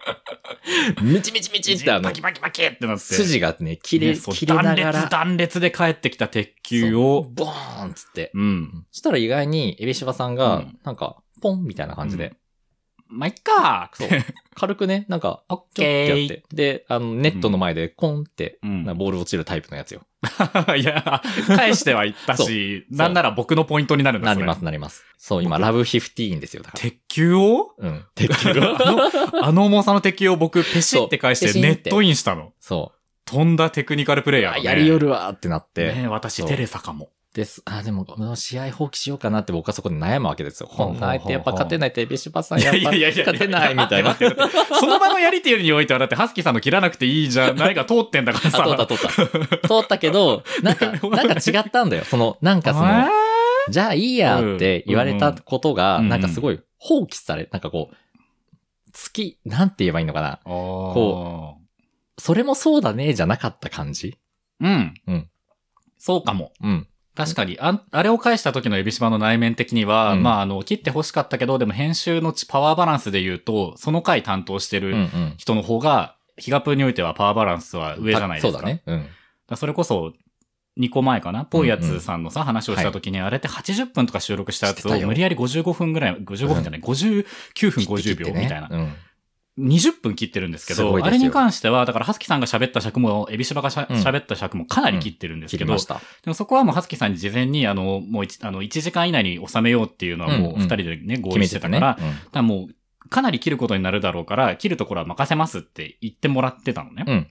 Speaker 1: みちみちみちってあの
Speaker 2: バ、キバキバキってなって。
Speaker 1: 筋がね、切れ、
Speaker 2: ねそう
Speaker 1: 切れなが
Speaker 2: 断裂
Speaker 1: ら、
Speaker 2: 断裂で帰ってきた鉄球を、
Speaker 1: ボーンっつって。
Speaker 2: うん。
Speaker 1: そしたら意外に、エビシバさん
Speaker 2: う
Speaker 1: が
Speaker 2: ん、
Speaker 1: なんか、ポンみたいな感じで、
Speaker 2: まあ、いっか
Speaker 1: そう。軽くね、なんか、
Speaker 2: オッ
Speaker 1: ちょってや
Speaker 2: ケ
Speaker 1: っ
Speaker 2: ー。
Speaker 1: て。で、あの、ネットの前で、コンって、
Speaker 2: うん
Speaker 1: なんかボール落ちるタイプのやつよ。
Speaker 2: いや、返してはいったし、
Speaker 1: う
Speaker 2: なんなら僕のポイントになるんだ
Speaker 1: なりま。
Speaker 2: そ
Speaker 1: す、なります。そう、今、ラブフィフティーンですよ、だか
Speaker 2: れ鉄球 を
Speaker 1: ら。うん。鉄球
Speaker 2: あの、あの重さの鉄球を僕、ペシって返し
Speaker 1: そ
Speaker 2: て
Speaker 1: うペ
Speaker 2: ネ
Speaker 1: シって
Speaker 2: ットインしたの。
Speaker 1: そ
Speaker 2: 飛んだテクニカルプレイ
Speaker 1: う。
Speaker 2: ヤー
Speaker 1: あ
Speaker 2: がね、
Speaker 1: やりよるわーってなって。
Speaker 2: ね私、
Speaker 1: そう
Speaker 2: テレサかも。
Speaker 1: です。あ、でも、この試合放棄しようかなって僕はそこで悩むわけですよ。
Speaker 2: ほうほうほ
Speaker 1: こ
Speaker 2: う
Speaker 1: んな相手やっぱ勝てないって、エビシバさんやっぱ
Speaker 2: いやいやいやいや
Speaker 1: 勝てないみたいな。あ、
Speaker 2: 待って待ってその場のやりてるにおいては、だって、ハスキーさんの切らなくていいじゃないが通ってんだか
Speaker 1: 通
Speaker 2: ら さ。
Speaker 1: った通った。通ったけど、なん か、なんか違ったんだよ。その、なんかそ
Speaker 2: あ
Speaker 1: の、じゃあいいやって言われたことが、
Speaker 2: うん
Speaker 1: なんかすごい放棄され、なんかこう、月、なんて言えばいいのかな。
Speaker 2: ーこ
Speaker 1: こそれもそうだね、じゃなかった感じ
Speaker 2: う。うん。
Speaker 1: うん
Speaker 2: そうかも。
Speaker 1: うん。
Speaker 2: 確かに、あんあれを返した時のエビシバの内面的には、
Speaker 1: うん
Speaker 2: まあ、あの、切って欲しかったけど、でも編集のちパワーバランスで言うと、その回担当して
Speaker 1: う
Speaker 2: る
Speaker 1: ん
Speaker 2: 人の方が、ヒガプーにおいてはパワーバランスは
Speaker 1: うん。
Speaker 2: 上じゃないです
Speaker 1: そ
Speaker 2: か。
Speaker 1: うだね。うん。
Speaker 2: だそれこそ、2個前かな、ぽいや
Speaker 1: うんう
Speaker 2: つ
Speaker 1: ん
Speaker 2: さんのさ、話をした時に、あれって80分とか収録したやつ
Speaker 1: してた
Speaker 2: を
Speaker 1: よ
Speaker 2: 無理やり55分ぐらい、55分じゃない、59分50秒みたいな。
Speaker 1: うん。
Speaker 2: 20分切ってるんですけ
Speaker 1: す
Speaker 2: ど、
Speaker 1: ごいで
Speaker 2: あ
Speaker 1: すよ
Speaker 2: れに関しては、だから、ハスキさんが喋った尺も、エビシバがしゃ
Speaker 1: うん
Speaker 2: 喋った尺もかなり切ってるんです
Speaker 1: 切
Speaker 2: け
Speaker 1: り
Speaker 2: ど、
Speaker 1: ました。
Speaker 2: でもそこはもう、ハスキさんに事前に、あの、もう一、あの、1時間以内に収めようっていうのはもう、
Speaker 1: うんうん
Speaker 2: 二人でね、合
Speaker 1: 決
Speaker 2: 意
Speaker 1: め
Speaker 2: して
Speaker 1: て
Speaker 2: た
Speaker 1: た
Speaker 2: から、
Speaker 1: ね。
Speaker 2: だからもう、かなり切ることになるだろうから、切るところは任せますって言ってもらってたのね。
Speaker 1: うん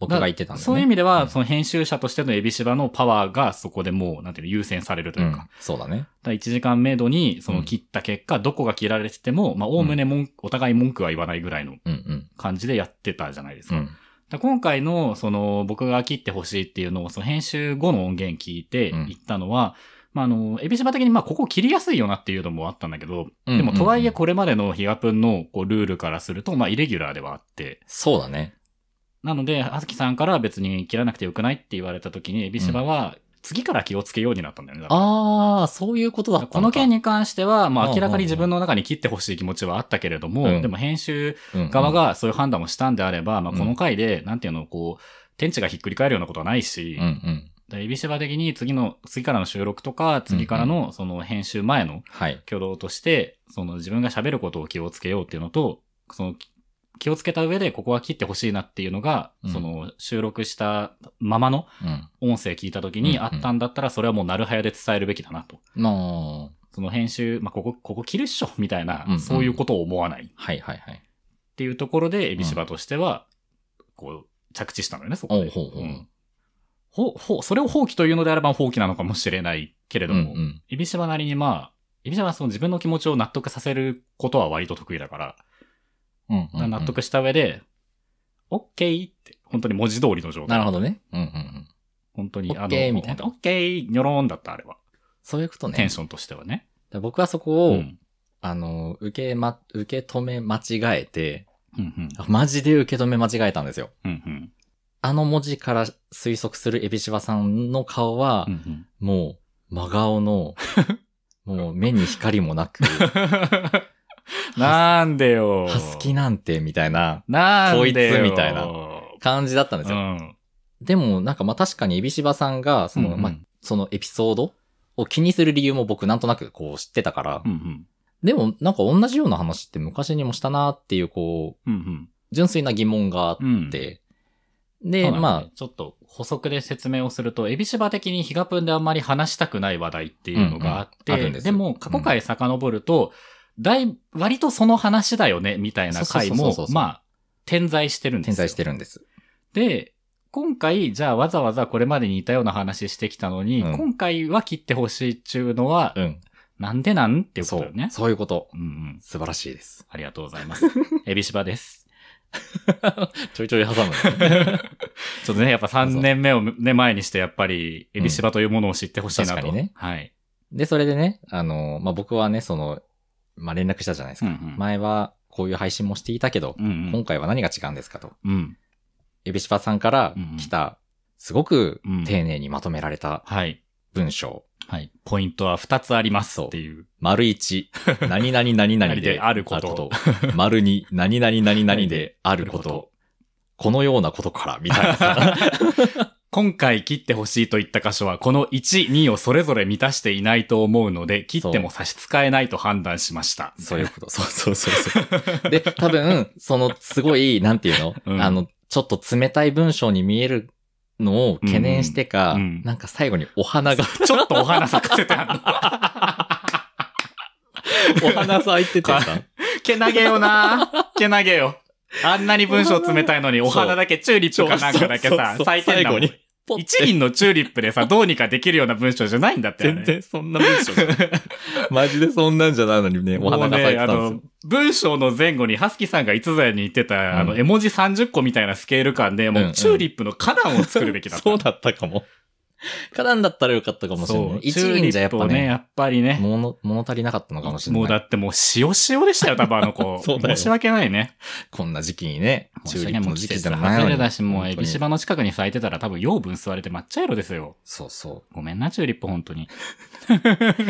Speaker 1: 僕が言ってたんだよね。
Speaker 2: そういう意味では、
Speaker 1: うん
Speaker 2: その編集者としてのエビシバのパワーがそこでもう、なんていうの、優先されるというか。
Speaker 1: うんそうだね。
Speaker 2: だ1時間めどに、その
Speaker 1: うん
Speaker 2: 切った結果、どこが切られてても、まあ、おおむね文句お互い文句は言わないぐらいの
Speaker 1: うんうん。
Speaker 2: 感じでやってたじゃないです
Speaker 1: う
Speaker 2: か。
Speaker 1: ん。
Speaker 2: だ今回の、その、僕が切ってほしいっていうのを、その編集後の音源聞いて
Speaker 1: うん
Speaker 2: 言ったのは、まあ、あの、エビシバ的に、まあ、ここ切りやすいよなっていうのもあったんだけど、でも、とは
Speaker 1: うん
Speaker 2: いえ、
Speaker 1: うんうん
Speaker 2: これまでのヒガプンの、こう、ルールからすると、まあ、イレギュラーではあって、
Speaker 1: そうだね。
Speaker 2: なので、あずきさんから別に切らなくてよくないって言われた時に、エビシバは、次から気をつけようになったんだよね。だから
Speaker 1: ああ、そういうことだった
Speaker 2: この件
Speaker 1: に
Speaker 2: に関しては、ま
Speaker 1: うん
Speaker 2: あ
Speaker 1: うん
Speaker 2: 明らかに自分の中に切ってほしい気持ちはあったけれども、
Speaker 1: うん
Speaker 2: でも編集側、がそういう判断をしたんであれば、まあ
Speaker 1: うん
Speaker 2: この回で、なんていうの、こう、天地がひっくり返るようなことはないし、
Speaker 1: うんうんうん。
Speaker 2: で、エビシバ的に次の、次からの収録とか、次からのその編集前の
Speaker 1: はい。
Speaker 2: 挙動として、その自分が喋ることを気をつけようっていうのと、その気をつけた上でここは切ってほしいなっていうのが、
Speaker 1: うん
Speaker 2: その収録したままの
Speaker 1: うん。
Speaker 2: 音声聞いた時
Speaker 1: うん
Speaker 2: に
Speaker 1: うん
Speaker 2: あったんだったら、それはもうなるはやで伝えるべきだなと。
Speaker 1: まあ、
Speaker 2: その編集、まあ、ここ、ここ切るっしょみたいな、
Speaker 1: うんうん
Speaker 2: そういうことを思わないっ
Speaker 1: はいはいはい。
Speaker 2: ていうところで、エビシバとしては、こう、着地したのよね、そこ
Speaker 1: おう
Speaker 2: で。
Speaker 1: ほうほう。
Speaker 2: うんほ、ほ、それを放棄というのであれば放棄なのかもしれないけれ
Speaker 1: う
Speaker 2: ど
Speaker 1: んう
Speaker 2: も、
Speaker 1: ん。
Speaker 2: エビシバなりにまあ、エビシバはその自分の気持ちを納得させることは割と得意だから、
Speaker 1: うんうんうん
Speaker 2: 納。得した上で、オッケーって、本当に文字通りの状
Speaker 1: な
Speaker 2: 態。
Speaker 1: るほどね。うんうんうん。
Speaker 2: 本当に、
Speaker 1: オッケーみたいな
Speaker 2: オッケー、ニョローンだった、あれは。
Speaker 1: そういうことね。
Speaker 2: テンションとしてはね。
Speaker 1: 僕はそこを、
Speaker 2: うん
Speaker 1: あの、受けま、受け止め間違えて、
Speaker 2: うんうん。
Speaker 1: マジで受け止め間違えたんですよ。
Speaker 2: うんうん。
Speaker 1: あの文字から推測するエビシバさんの顔は、
Speaker 2: うんうん。
Speaker 1: もう、真顔 の、もう目に光もなく、
Speaker 2: なんでよ。
Speaker 1: ハスキなんて、みたいな
Speaker 2: なんでよ。
Speaker 1: こいつみたいな
Speaker 2: う
Speaker 1: 感じだったんですよ。
Speaker 2: ん。
Speaker 1: でも、なんかまあ確かにエビシバさんが、その、
Speaker 2: うんうん
Speaker 1: まあ、そのエピソードを気にする理由も僕なんとなくこう知ってたから、
Speaker 2: うんうん。
Speaker 1: でもなんか同じような話って昔にもしたなっていう、こう、
Speaker 2: うん
Speaker 1: 純粋な疑問があ
Speaker 2: うん。うん
Speaker 1: っ、
Speaker 2: そう
Speaker 1: て、
Speaker 2: だ
Speaker 1: で、
Speaker 2: ね
Speaker 1: まあ、
Speaker 2: ちょっと補足で説明をすると、エビシバ的にヒガプンであんまり話したくない話題っていうのがあって、
Speaker 1: うんうんあるんですよ
Speaker 2: も、過去回遡ると、だい、割とその話だよね、みたいな回
Speaker 1: そうそう
Speaker 2: も
Speaker 1: そうそう、そう
Speaker 2: まあ、点在してるんですよ。
Speaker 1: 点在してるんです。
Speaker 2: で、今回、じゃあわざわざこれまでに似たような話してきたのに、
Speaker 1: うん
Speaker 2: 今回は切ってほしいっちゅうのは、
Speaker 1: うん。
Speaker 2: なんでなんっていうこ
Speaker 1: そ
Speaker 2: とよ
Speaker 1: う
Speaker 2: ね。。
Speaker 1: そういうこと。
Speaker 2: うんうん。
Speaker 1: 素晴らしいです。
Speaker 2: ありがとうございます。エビシバです。
Speaker 1: ちょいちょい挟 む。
Speaker 2: ちょっとね、やっぱ3年目をね、前にして、やっぱり、エビシバというものを知ってほしいなと。
Speaker 1: 確かにね
Speaker 2: はい。
Speaker 1: で、それでね、あの、まあ、僕はね、その、まあ、連絡したじゃないですか。
Speaker 2: うんうん
Speaker 1: 前はこういう配信もしていたけど、
Speaker 2: うんうん
Speaker 1: 今回は何が違うんですかと。
Speaker 2: うん。
Speaker 1: エビシバさんから来た、すごく
Speaker 2: うん
Speaker 1: 丁寧にまとめられた
Speaker 2: はい。
Speaker 1: 文章。
Speaker 2: はい。ポイントは2つあります
Speaker 1: そう
Speaker 2: っていう。
Speaker 1: 丸 一、何々何々
Speaker 2: で
Speaker 1: で
Speaker 2: あること。
Speaker 1: 丸二、何々何々 であるこ。
Speaker 2: あること
Speaker 1: このようなことから、みたいなさ。
Speaker 2: 今回切ってほしいといった箇所は、この1、2をそれぞれ満たしていないと思うので、切っても差し支えないと判断しました。
Speaker 1: そういうこと。そうそうそうそう。で、多分、その、すごい、なんていうの、
Speaker 2: うん
Speaker 1: あの、ちょっと冷たい文章に見えるのを懸念してか、
Speaker 2: うんうん
Speaker 1: なんか最後にお花が、
Speaker 2: ちょっとお花咲かせてあるの。
Speaker 1: お花咲いて てさ、
Speaker 2: けなげよなけなげよ。あんなに文章冷たいのに、お花だけチューリップかなんかだけさ
Speaker 1: そ、うそうそう
Speaker 2: 咲いてんだもん
Speaker 1: 最後にポッて
Speaker 2: 一輪のチューリップでさ、どうにかできるような文章じゃないんだって、あれ
Speaker 1: 全然そんな文章じゃない マジでそんなんじゃないのにね、お花が咲いてたんです
Speaker 2: も
Speaker 1: よ。
Speaker 2: うねあの文章の前後に、ハスキーさんがいつぞやに言ってた、あの、
Speaker 1: うん
Speaker 2: 絵文字30個みたいなスケール感で、も
Speaker 1: ん
Speaker 2: う
Speaker 1: う
Speaker 2: うんチューリップの花壇を作る べきだった。
Speaker 1: そうだったかも。花壇だったらよかったかもしれ ない。
Speaker 2: チ
Speaker 1: 一
Speaker 2: ューリ
Speaker 1: 輪じゃや
Speaker 2: ッ
Speaker 1: っ
Speaker 2: プ
Speaker 1: ぱ
Speaker 2: をね、
Speaker 1: ね、
Speaker 2: やっぱりね。
Speaker 1: 物、物足りなかったのかもしれ
Speaker 2: もうだ
Speaker 1: ない。
Speaker 2: ってもう塩塩でしたよ、多分あの 子。
Speaker 1: そうだ
Speaker 2: 申
Speaker 1: よ
Speaker 2: し訳ないね。
Speaker 1: こんな時期にね、チューリップの時期じゃない
Speaker 2: もう季節
Speaker 1: の
Speaker 2: 外れ
Speaker 1: に。
Speaker 2: だし、もうエビシ
Speaker 1: 本当に
Speaker 2: バの近くに咲いてたら多分養分吸われて抹茶色ですよ。
Speaker 1: そうそ
Speaker 2: ごめんな、チューリップ、本当に。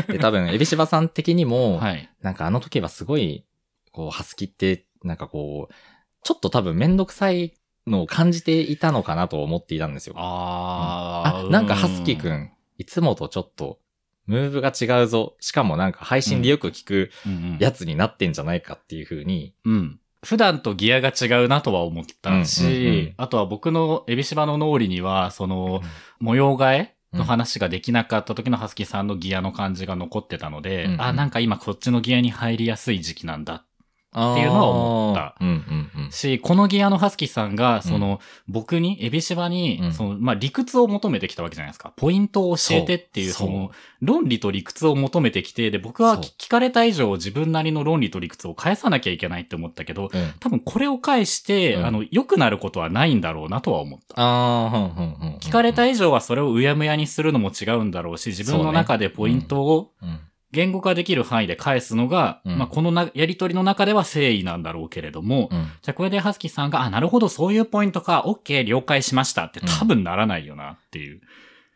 Speaker 1: う。で、多分、エビシバさん的にも、
Speaker 2: はい。
Speaker 1: なんかあの時はすごい、こう、ハスキって、なんかこう、ちょっと多分めんどくさいのを感じていたのかなと思っていたんですよ。
Speaker 2: あ
Speaker 1: あ
Speaker 2: ー。
Speaker 1: なんかハスキー
Speaker 2: う
Speaker 1: く
Speaker 2: ん、
Speaker 1: ん、いつもとちょっと、ムーブが違うぞ。しかもなんか配信でよく聞く
Speaker 2: うんうん
Speaker 1: やつになってんじゃないかっていう風に、
Speaker 2: うん。普段とギアが違うなとは思ったし、
Speaker 1: うんうんうん
Speaker 2: あとは僕のエビシバの脳裏には、その、模様替えの話ができなかった時のハスキーさんのギアの感じが残ってたので、
Speaker 1: うんうん
Speaker 2: あ、なんか今こっちのギアに入りやすい時期なんだ。
Speaker 1: って
Speaker 2: いうのは思った
Speaker 1: うんうんうん。
Speaker 2: し、このギアのハスキーさんが、その、僕に、エビシバに、
Speaker 1: うん
Speaker 2: その、まあ、理屈を求めてきたわけじゃないですか。ポイントを教えてっていう、そ
Speaker 1: そう
Speaker 2: の、論理と理屈を求めてきて、で、僕は
Speaker 1: そう
Speaker 2: 聞聞かれた以上自分なりの論理と理屈を返さなきゃいけないって思ったけど、
Speaker 1: うん、
Speaker 2: 多分これを返して、
Speaker 1: うん
Speaker 2: あの、良くなることはないんだろうなとは思った。
Speaker 1: ああ、うんうんうん。
Speaker 2: 聞かれた
Speaker 1: い。
Speaker 2: 以上はそれをうやむやにするのも違うんだろうし、自分の中でポイントを
Speaker 1: うん
Speaker 2: 言語化できる範囲で返すのが、
Speaker 1: うん
Speaker 2: まあ、このなやりとりの中では誠意なんだろうけれども、
Speaker 1: うん
Speaker 2: じゃあこれでハスキーさんが、あ、なるほど、そういうポイントか、OK、了解しましたって多分ならないよなっていう。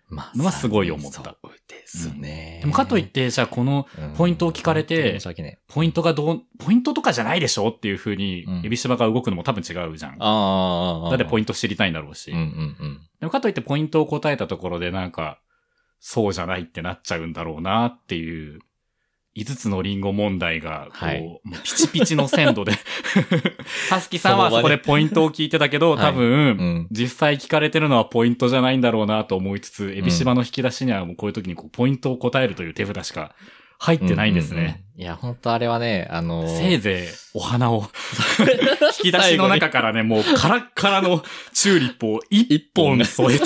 Speaker 1: ま
Speaker 2: のはすごい思った
Speaker 1: そうですね。
Speaker 2: でもかといって、じゃあこの
Speaker 1: うん、
Speaker 2: ポイントを聞かれて
Speaker 1: 本当に申し訳ねえ。
Speaker 2: ポイントがどう、ポイントとかじゃないでしょっていう風に
Speaker 1: う、ん
Speaker 2: エビシバが動くのも多分違うじゃん。
Speaker 1: ああ。
Speaker 2: だってポイ
Speaker 1: ン
Speaker 2: ント知りたいんだろうし。
Speaker 1: うんうんうん。
Speaker 2: でもかといってポイントを答えたところでなんか、そうじゃないってなっちゃうんだろうなっていう、5つのリンゴ問題が、こう、
Speaker 1: はい
Speaker 2: もうピチピチの鮮 度で。ハスキさんはそこでポイントを聞いてたけど、
Speaker 1: はい
Speaker 2: 多分、
Speaker 1: うん
Speaker 2: 実際聞かれてるのはポイントじゃないんだろうなと思いつつ、エビシバの引き出しにはもうこういう時にこうポイントを答えるという手札しか入ってないんですね。。
Speaker 1: うんうんうんいや、本当あれはね、あのー、
Speaker 2: せいぜいお花 を、引き出しの中からね、もうカラッカラのチューリップを一本添え て、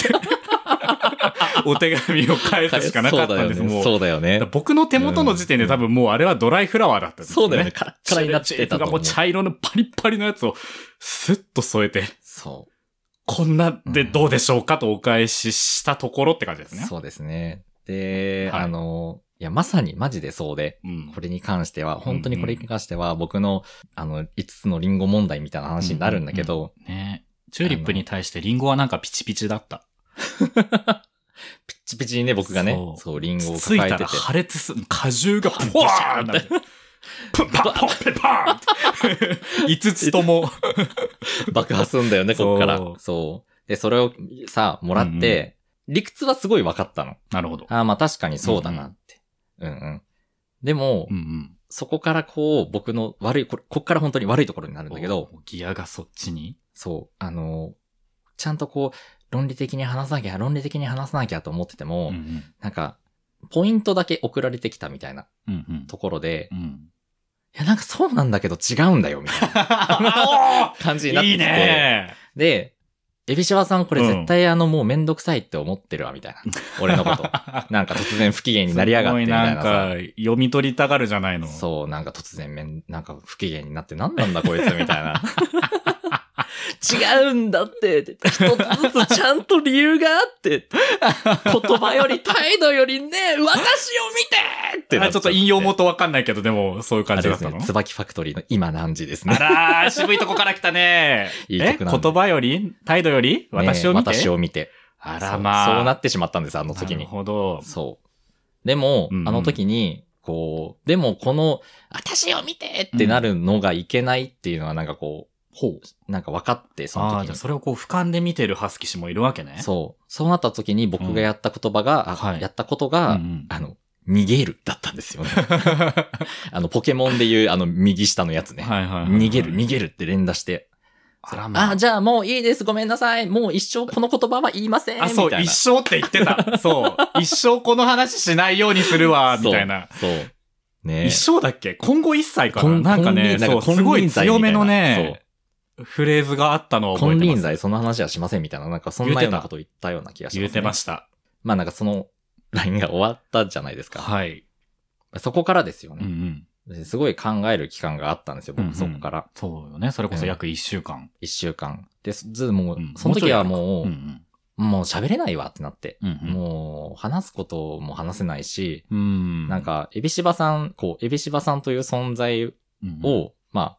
Speaker 2: お手紙を返すしかなかったんです。もう
Speaker 1: そうだよね。そうだよね。
Speaker 2: 僕の手元の時点で多分もうあれはドライフラワーだったんです
Speaker 1: そうだよね。。カラッカラになっ
Speaker 2: チューリ
Speaker 1: て
Speaker 2: ッ
Speaker 1: たと
Speaker 2: プがも
Speaker 1: 思
Speaker 2: う
Speaker 1: う。
Speaker 2: 茶色のパリッパリのやつをスッと添えて、
Speaker 1: そ
Speaker 2: こんなでどうでしょうかとお返ししたところって感じです
Speaker 1: う。
Speaker 2: ね。
Speaker 1: そうですね。で、
Speaker 2: はい
Speaker 1: あのー、いや、まさにマジでそうで。
Speaker 2: うん
Speaker 1: これに関しては、本当にこれに関しては、僕の、あの、5つのリンゴ問題みたいな話になるんだけど、
Speaker 2: ねチューリップに対してリンゴはなんかピチピチだった。
Speaker 1: ピッチピチにね、僕がね、
Speaker 2: そ
Speaker 1: そうう、リンゴを
Speaker 2: つ
Speaker 1: 抱
Speaker 2: い
Speaker 1: えて
Speaker 2: た
Speaker 1: て
Speaker 2: ら。破裂す、果汁がポワーンってなる。プンパッポッペパーン !5 つとも。
Speaker 1: 爆破すんだよね、こっから
Speaker 2: そう。
Speaker 1: そう。で、それをさ、もらって、理屈はすごい分かったの。
Speaker 2: なるほど。
Speaker 1: ああ、まあ確かにそうだなって。うんうん。でも、
Speaker 2: うん
Speaker 1: そこからこう、僕の悪い、これ、こっから本当に悪いところにな
Speaker 2: う
Speaker 1: る
Speaker 2: ん。
Speaker 1: んだけど、
Speaker 2: お、ギアがそっちに
Speaker 1: そう、あの、ちゃんとこう、論理的に話さなきゃ、論理的に話さなきゃと思ってても、
Speaker 2: ん
Speaker 1: なんか、ポイントだけ送られてきたみたいな
Speaker 2: うん。うんうん。
Speaker 1: ところで、
Speaker 2: うん。
Speaker 1: いや、なんかそうなんだけど違うんだよ、みたいな
Speaker 2: あ
Speaker 1: 感じにな
Speaker 2: お
Speaker 1: っ
Speaker 2: ー
Speaker 1: てき
Speaker 2: い
Speaker 1: て。
Speaker 2: いね
Speaker 1: で、エビシワさんこれ
Speaker 2: うん
Speaker 1: 絶対あのもうめんどくさいって思ってるわ、みたいな。俺の こと。なんか突然不機嫌になりやがって、みたいな
Speaker 2: すご
Speaker 1: さ。
Speaker 2: なんか、読み取りたがるじゃないの。
Speaker 1: そう、なんか突然めん、なんか不機嫌になってなんなんだこいつ、みたい な。違うんだって、一つずつちゃんと理由があって、言葉より態度よりね、私を見てってな
Speaker 2: あ
Speaker 1: っ
Speaker 2: ち
Speaker 1: ちゃ
Speaker 2: ょっと引用元わかんないけど、でも、そういう感
Speaker 1: あ
Speaker 2: じ
Speaker 1: れ
Speaker 2: だ
Speaker 1: です
Speaker 2: ったの
Speaker 1: ね、椿ファクトリーの今何時ですね。
Speaker 2: あ らー、渋いとこから来たね。
Speaker 1: いい
Speaker 2: え
Speaker 1: 曲なんで
Speaker 2: 言葉より態度より
Speaker 1: ね
Speaker 2: 私を見て、
Speaker 1: 私を見て。
Speaker 2: あらまあ。
Speaker 1: そうそうなってしまったんです、あの時
Speaker 2: なる
Speaker 1: に。
Speaker 2: ほど。
Speaker 1: そう。でも、
Speaker 2: うんうん
Speaker 1: あの時に、こう、でもこの、私を見てってなるのがいけないっていうのはなんかこう、ほう。なんか分かって、その
Speaker 2: ああ、
Speaker 1: 時
Speaker 2: じゃあ
Speaker 1: に。
Speaker 2: それをこう俯瞰で見てるハスキ氏もいるわけね。
Speaker 1: そう。そうなった時に僕がやった言葉が、あ
Speaker 2: はい
Speaker 1: やったことが、
Speaker 2: うんうん
Speaker 1: あの、逃げるだったんですよね。 あの、ポケモンでいう、あの、右下のやつね。
Speaker 2: はいはいはいはい
Speaker 1: 逃げる、逃げるって連打して。
Speaker 2: あらま
Speaker 1: あ
Speaker 2: あ。
Speaker 1: じゃあもういいです。ごめんなさい。もう一生この言葉は言いません。
Speaker 2: あ、そ
Speaker 1: み
Speaker 2: う、
Speaker 1: たい
Speaker 2: 一
Speaker 1: な
Speaker 2: 生って言ってた。そう。一生この話しないようにするわ、みたいな。
Speaker 1: そう。ね
Speaker 2: 一生だっけ今後一歳か
Speaker 1: こ
Speaker 2: なんなんかね、
Speaker 1: 金輪際
Speaker 2: そう、
Speaker 1: 金輪際
Speaker 2: すごい強めの
Speaker 1: みたいな
Speaker 2: ね、フレーズがあったのを覚え
Speaker 1: 金
Speaker 2: て
Speaker 1: 輪
Speaker 2: ます。
Speaker 1: 際その話はしませんみたいな、なんかそんなようなことを言ったような気がします、ね。
Speaker 2: 言ってました。
Speaker 1: まあなんかその LINE が終わったじゃないですか。
Speaker 2: はい。
Speaker 1: そこからですよ
Speaker 2: うんう
Speaker 1: ね、
Speaker 2: ん。
Speaker 1: ですごい考える期間があったんですよ、
Speaker 2: うんうん
Speaker 1: 僕そこから。
Speaker 2: そうよね。それこそ約一週間。
Speaker 1: 1週間。で、ずもう
Speaker 2: うん、
Speaker 1: その時はもう、
Speaker 2: うん
Speaker 1: もう喋れないわってなって。
Speaker 2: うん。うん
Speaker 1: もう、話すことも話せないし、
Speaker 2: うん、うん。
Speaker 1: なんか、エビシバさん、こう、エビシバさんという存在を、
Speaker 2: うん、
Speaker 1: まあ、